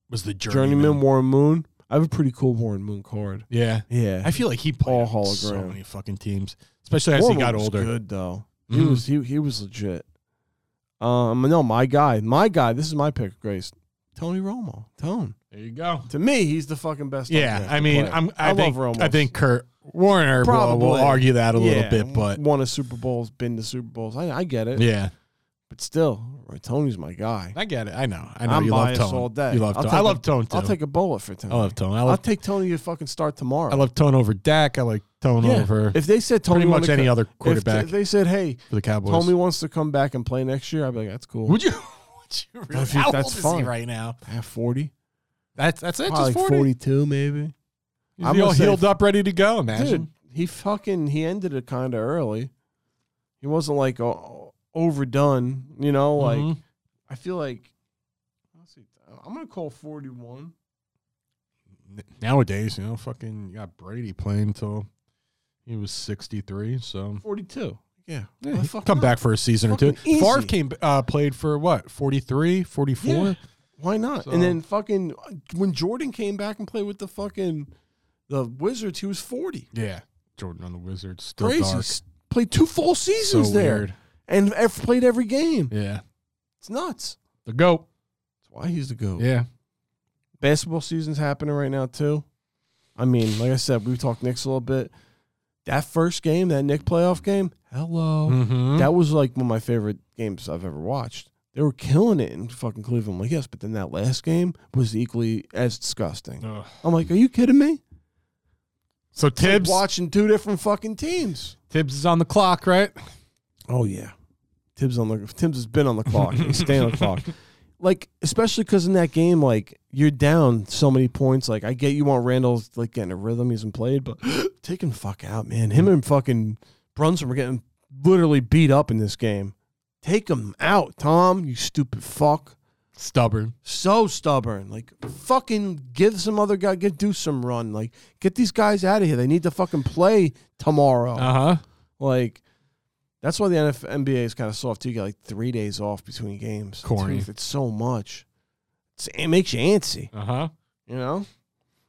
was the journeyman. journeyman Warren Moon. I have a pretty cool Warren Moon card. Yeah. Yeah, I feel like he played All on so hologram. many fucking teams, especially as Warren he got was older. Good though. He Mhm. was he he was legit. Um, no, my guy, my guy. This is my pick, Grace. Tony Romo, Tone. There you go. To me, he's the fucking best. Yeah, undrafted I mean, player. I'm, I, think, love Romo. I think Kurt Warner will, will Probably. argue that a little bit, but won a Super Bowls, been to Super Bowls. I, I get it, yeah, but still, Tony's my guy. I get it. I know. I know I'm you love biased Tone. all day. You love I'll Tone. take I a- love Tone too. I'll take a bullet for Tony. I love Tone. I I'll love take Tony to fucking start tomorrow. I love Tone over Dak. I like Tone yeah. over If they said Tony pretty much wanted to any co- other if quarterback they said, "Hey, for the Cowboys. Tony wants to come back and play next year," I'd be like, "That's cool." would you? [laughs] Would you really? That's- How that's old is he fine. right now? have forty? That's that's it. Probably just 40. 42, maybe. He's I'm all gonna say- healed up, ready to go. Imagine. Dude, he fucking he ended it kind of early. He wasn't like o overdone, you know. Like Mhm. I feel like let's see, I'm gonna call 41. nowadays, you know, fucking you got Brady playing till he was sixty three. So 42. Yeah, Yeah, Why the he fuck come not? back for a season or two. Fucking easy. Favre came uh, played for what 43, 44? Yeah. Why not? So- And then fucking when Jordan came back and played with the fucking the Wizards, he was 40. Yeah. Jordan on the Wizards, still Crazy. dark. S- Played two full So seasons there weird. and ev- played every game. Yeah, It's nuts. the goat. That's why he's the goat. Yeah, basketball season's happening right now too. I mean, like I said, we talked Knicks a little bit. That first game, that Nick playoff game, hello. Mm-hmm. That was like one of my favorite games I've ever watched. They were killing it in fucking Cleveland. I'm like, yes, but then that last game was equally as disgusting. Ugh. I'm like, are you kidding me? So Tibbs, Watching two different fucking teams. Tibbs is on the clock, right? Oh yeah, Tibbs on the Tibbs has been on the clock. He's staying on the clock. Like especially because in that game, like you're down so many points. Like I get you want Randall's like getting a rhythm. He's been played, but [gasps] take him the fuck out, man. Him and fucking Brunson were getting literally beat up in this game. Take him out, Tom. You stupid fuck. Stubborn. So stubborn. Like fucking give some other guy get do some run. Like get these guys out of here. They need to fucking play tomorrow. Uh huh. Like that's why the NF NBA is kind of soft too. You get like three days off between games. Corny. Dude, It's so much. It's, it makes you antsy. Uh huh. You know.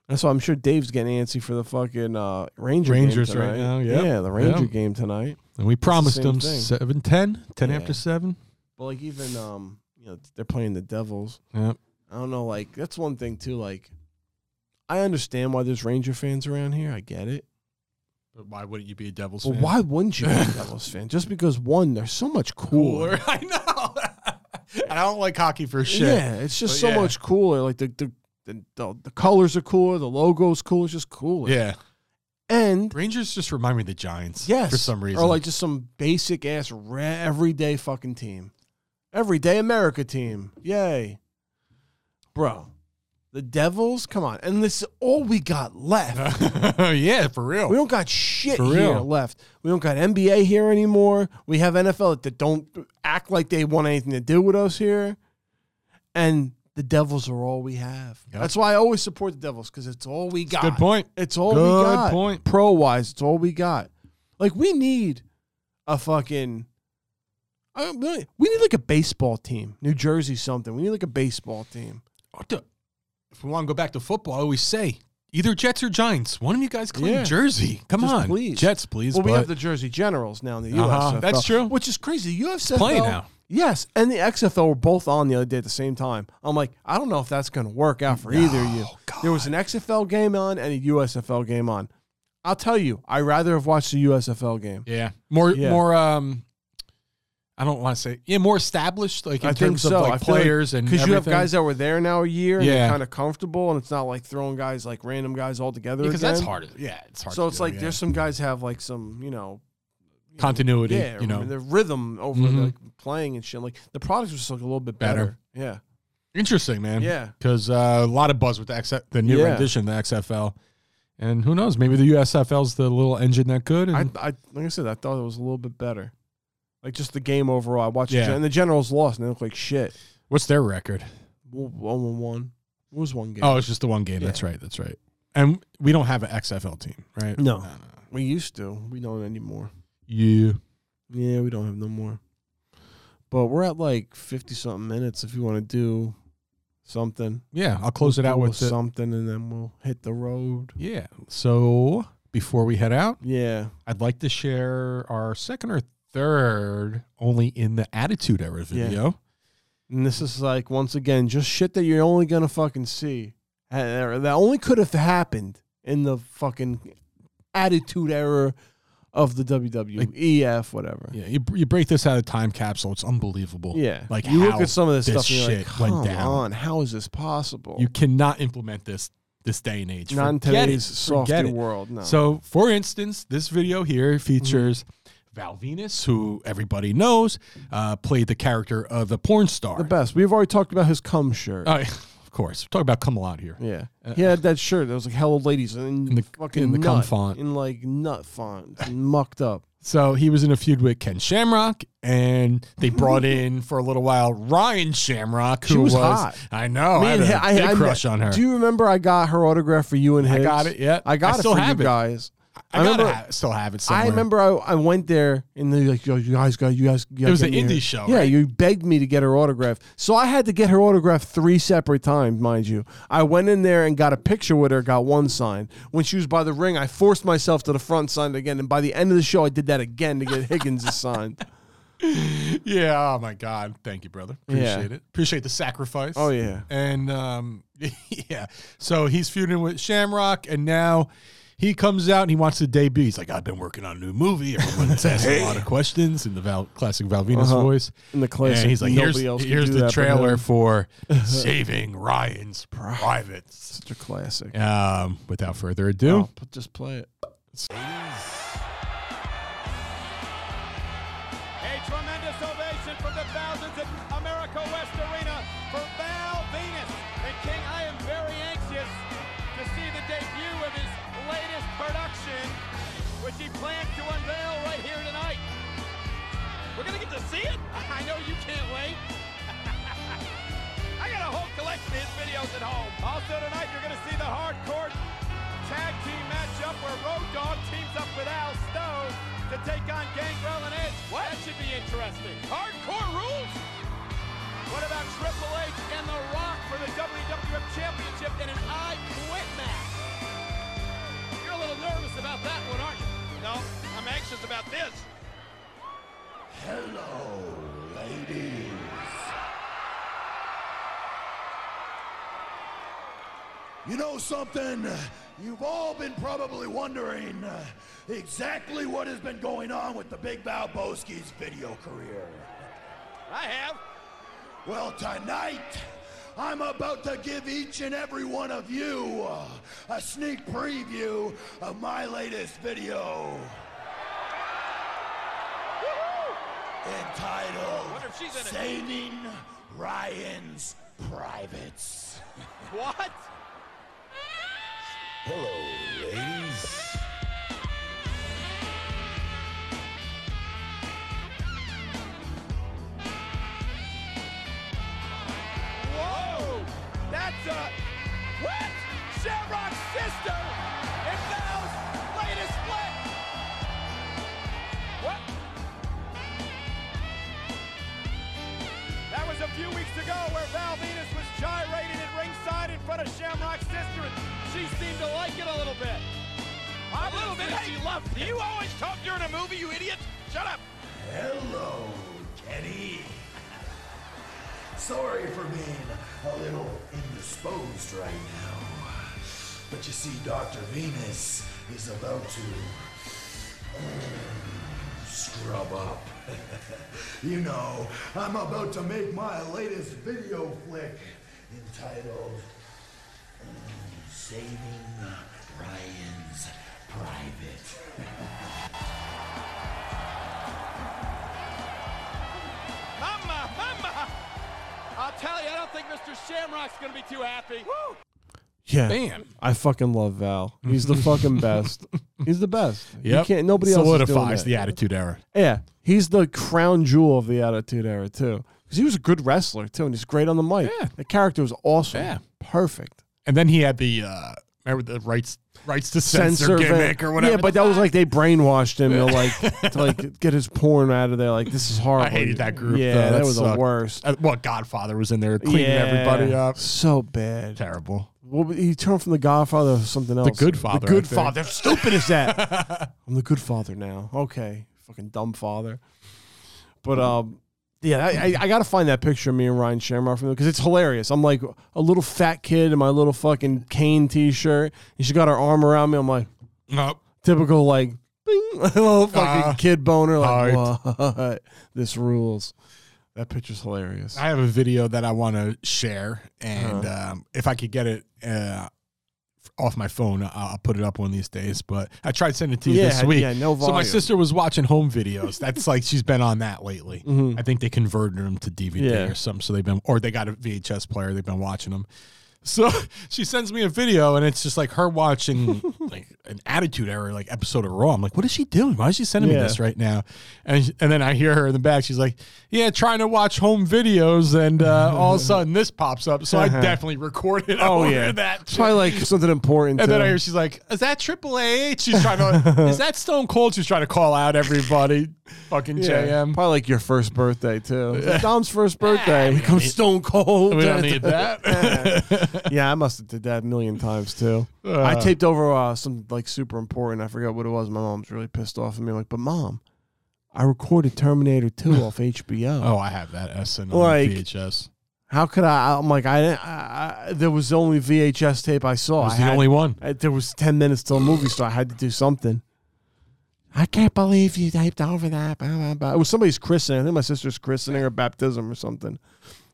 That's why I'm sure Dave's getting antsy for the fucking uh, Ranger Rangers game tonight. right now, yep. Yeah, the Ranger Yep. game tonight. And we promised same him thing. seven, ten, ten Yeah. after seven. But like even um, you know, they're playing the Devils. Yep. I don't know. Like that's one thing too. Like I understand why there's Ranger fans around here. I get it. But why wouldn't you be a Devils But why wouldn't you be a Devils fan? Just because one, they're so much cooler. [laughs] I know. I don't like hockey for shit. Yeah, it's just But so yeah. much cooler. Like the the, the the the colors are cooler, the logo's cool, it's just cooler. Yeah. And Rangers just remind me of the Giants. yes, For some reason. Or like just some basic ass ra- everyday fucking team. Everyday America team. Yay. Bro. The Devils, come on. And this is all we [laughs] got left. [laughs] yeah, for real. We don't got shit For here real. left. We don't got NBA here anymore. We have NFL that don't act like they want anything to do with us here. And the Devils are all we have. That's why I always support the Devils because it's all we got. Good point. It's all we Good got. point. Pro wise, it's all we got. Like we need a fucking. I don't really- we need like a baseball team, New Jersey something. We need like a baseball team. What the- If we want to go back to football, I always say either Jets or Giants. One of you guys claim Yeah. Jersey. Come Just on. please. Jets, please. Well, we have but- the Jersey Generals now in the Uh-huh, USFL. that's true. Which is crazy. The USFL playing now. Yes, and the XFL were both on the other day at the same time. I'm like, I don't know if that's going to work out for either of you. There was an XFL game on and a USFL game on. I'll tell you, I rather have watched the USFL game. Yeah. More Yeah. more um I don't want to say yeah, more established like in I think terms so. of I like feel like- players and Because you have everything. guys that were there now a year and they're Yeah. kind of comfortable, and it's not like throwing guys like random guys all together. because that's again. hard. Yeah, it's hard. So to it's do, like yeah. there's some guys have like some you know continuity, yeah you know. the rhythm over Mhm. like playing and shit. Like the products were just like a little bit Better. better. Yeah, Interesting, man. Yeah. Because uh, a lot of buzz with the, X- the new Yeah. rendition of the XFL. And who knows? Maybe the USFL's the little engine that could. I, And I like I said, I thought it was a little bit better. Like just the game overall, I watched Yeah. it, and the Generals lost, and they looked like shit. what's their record? One one one. It was one game. Oh, it's just the one game. That's right. That's right. And we don't have an XFL team, right? No. we used to. We don't anymore. You. Yeah, we don't have no more. But we're at like fifty something minutes. If you want to do something, Yeah. I'll close it out We'll with it. something, and then we'll hit the road. Yeah. So before we head out, Yeah. I'd like to share our second or third only in the Attitude Era Yeah. video. And this is like once again just shit that you're only gonna fucking see. Uh, That only could have happened in the fucking attitude era of the WWEF, E whatever. Yeah. You, you break this out of time capsule. It's unbelievable. Yeah, Like you how look at some of this, stuff and you're like, shit went "Come down. on, how is this possible? You cannot implement this this day and age. Not in Forget today's it. softer Forget it. world. No. So, for instance, this video here features Val Venus, who everybody knows, uh, played the character of the porn star. the best. We've already talked about his cum shirt. Oh, yeah, of course. Talk about come a lot here. yeah, he had that shirt that was like "Hello, ladies" and uh, In the- fucking in the cum nut, font. in like nut font, mucked up. So he was in a feud with Ken Shamrock, and they [laughs] brought in for a little while Ryan Shamrock, who She was hot. I know. Oh, I had Me and a Hi- big met- crush on her. Do you remember I got her autograph for you and I Higgs? got it, yeah. I got I it still for have it. you guys. I, gotta remember. ha- still have it somewhere. I remember I, I went there and they're like, yo, you guys got you guys. You It was gotta an get me indie her. show, Yeah, right? you begged me to get her autograph, so I had to get her autograph three separate times, mind you. I went in there and got a picture with her, got one signed. When she was by the ring, I forced myself to the front, signed again, and by the end of the show, I did that again to get [laughs] Higgins' signed. Yeah. Oh my God. Thank you, brother. Appreciate it. Appreciate the sacrifice. Oh, yeah. [laughs] And um, yeah. So he's feuding with Shamrock, and now He comes out and he wants to debut. He's like, I've been working on a new movie. Everyone's asking a lot of questions in the Val- classic Valvina's Uh-huh. voice. In the classic, And he's like, here's, nobody else can here's do the that but trailer him." for Saving Ryan's Privates. Such a [laughs] classic. Um, without further ado, Oh, p- just play it. A tremendous ovation from the thousands at America West Arena for Val Venus. And King, I am very anxious to see the debut of his latest production, which he plans to unveil right here tonight. We're gonna get to see it. [laughs] I know you can't wait. [laughs] I got a whole collection of his videos at home. Also tonight, you're gonna see the hardcore tag team matchup where Road Dog teams up with Al Snow to take on Gangrel and Edge. What? That should be interesting. Hardcore rules. What about Triple H and The Rock for the WWF Championship in an I Quit match? You're a little nervous about that one, aren't you? No, I'm anxious about this. You know something? You've all been probably wondering uh, exactly what has been going on with the Big Balboski's video career. I have. Well, tonight, I'm about to give each and every one of you uh, a sneak preview of my latest video. Wonder Entitled if she's in it. Saving Ryan's Privates. What? Hello, ladies. Whoa! That's a what? Shamrock's sister and Val's latest split. What? That was a few weeks ago where Val Venus was gyrated at ringside in front of Shamrock's sister, and she seemed to like it a little bit. A little bit. She loved it. You always talk during a movie, you idiot. Shut up. Hello, Kenny. Sorry for being a little indisposed right now. But you see, Dr. Venus is about to uh, scrub up. you know, I'm about to make my latest video flick entitled uh, Saving Ryan's Private. Mama, mama! I'll tell you, I don't think Mr. Shamrock's gonna be too happy. Woo! Yeah, Bam. I fucking love Val. He's [laughs] the fucking best. He's the best. Yeah, Yep. can't. Nobody else is solidifies doing that. the attitude error. Yeah, he's the crown jewel of the Attitude Era too. Because he was a good wrestler too, and he's great on the mic. Yeah. the character was awesome. Yeah. perfect. And then he had the uh, remember the rights rights to censor, Censor gimmick van- or whatever. Yeah, but that was like they brainwashed him to [laughs] like to like get his porn out of there. Like this is horrible. I hated that group. Yeah, though. that, was sucked. the worst. Uh, well, Godfather was in there cleaning everybody Yeah, up. So bad. Terrible. What, was- he turned from the Godfather to something else. Good Father, The Good I think. Father. How stupid is that? [laughs] I'm the Good Father now. Okay, fucking dumb father. But um, yeah, I, I, I got to find that picture of me and Ryan Shamrock from because it's hilarious. I'm like a little fat kid in my little fucking cane T-shirt, and she got her arm around me. I'm like Nope. typical like [laughs] bing, little fucking Uh, kid boner. Like what? [laughs] This rules. That picture's hilarious. I have a video that I want to share, and Uh-huh. um, if I could get it uh, off my phone, I'll, I'll put it up one of these days. But I tried sending it to you Yeah, this week. yeah, no So my volume. sister was watching home videos. That's like she's been on that lately. I think they converted them to DVD Mm-hmm. Yeah. or something. So they've been, or they got a VHS player. They've been watching them. So [laughs] she sends me a video, and it's just like her [laughs] watching like an Attitude Error like episode of Raw. I'm like, what is she doing? Why is she sending me Yeah. this right now? And and then I hear her in the back. She's like, yeah, trying to watch home videos, and uh, all of [laughs] a sudden this pops up. So I Uh-huh. definitely recorded. oh over yeah, that. It's probably like something important. And then too. I hear she's like, "Is that Triple H?" She's trying [laughs] to. is that Stone Cold? She's trying to call out everybody. Fucking JM. Probably like your first birthday too. It's like Dom's [laughs] first birthday. Here comes Stone Cold. We don't need that. [laughs] yeah, I must have did that a million times too. I taped over uh, some like super important. I forgot what it was. My mom's really pissed off at me. Like, but mom, I recorded [laughs] Terminator Two off HBO. oh, I have that SNL Like- VHS. How could I? I'm like, I, didn't- I I, there was the only VHS tape I saw. was oh, I the had- only one. I- there was ten minutes till the movie, so I had to do something. I can't believe you taped over that. Blah, blah, blah. It was somebody's christening. I think my sister's christening or baptism or something.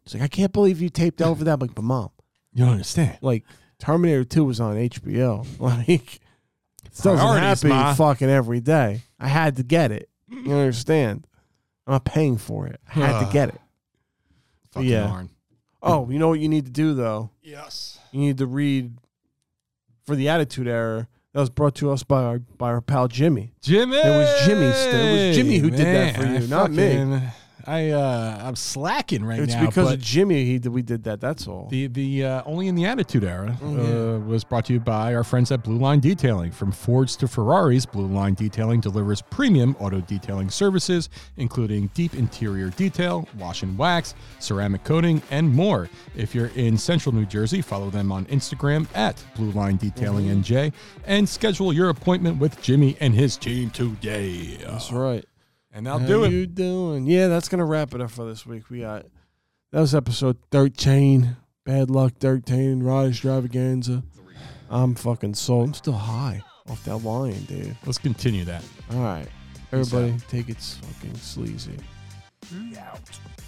It's like I can't believe you taped over that. I'm like, but mom, You don't understand. like Terminator Two was on HBO. [laughs] Like, it doesn't Priorities, happen Ma. fucking every day. I had to get it. You understand? I'm not paying for it. I had to Ugh. get it. Fucking yeah. Arn. Oh, you know what you need to do though. Yes. you need to read for the attitude error that was brought to us by our by our pal Jimmy. Jimmy. It was Jimmy still. It was Jimmy who did that for you, not me. I uh, I'm slacking right it's now. because but of Jimmy he we did that. That's all. the the uh, only in the attitude era Mm-hmm. uh, was brought to you by our friends at Blue Line Detailing. From Fords to Ferraris, Blue Line Detailing delivers premium auto detailing services, including deep interior detail, wash and wax, ceramic coating, and more. If you're in Central New Jersey, follow them on Instagram at Blue Line Detailing Mm-hmm. NJ and schedule your appointment with Jimmy and his team today. that's right. And I'll How do it. you doing? Yeah, that's gonna wrap it up for this week. We got that was episode thirteen. Bad luck thirteen. Raj Dravaganza. I'm fucking sold. I'm still high off that lion, dude. Let's continue that. All right, everybody, take it fucking sleazy. Out.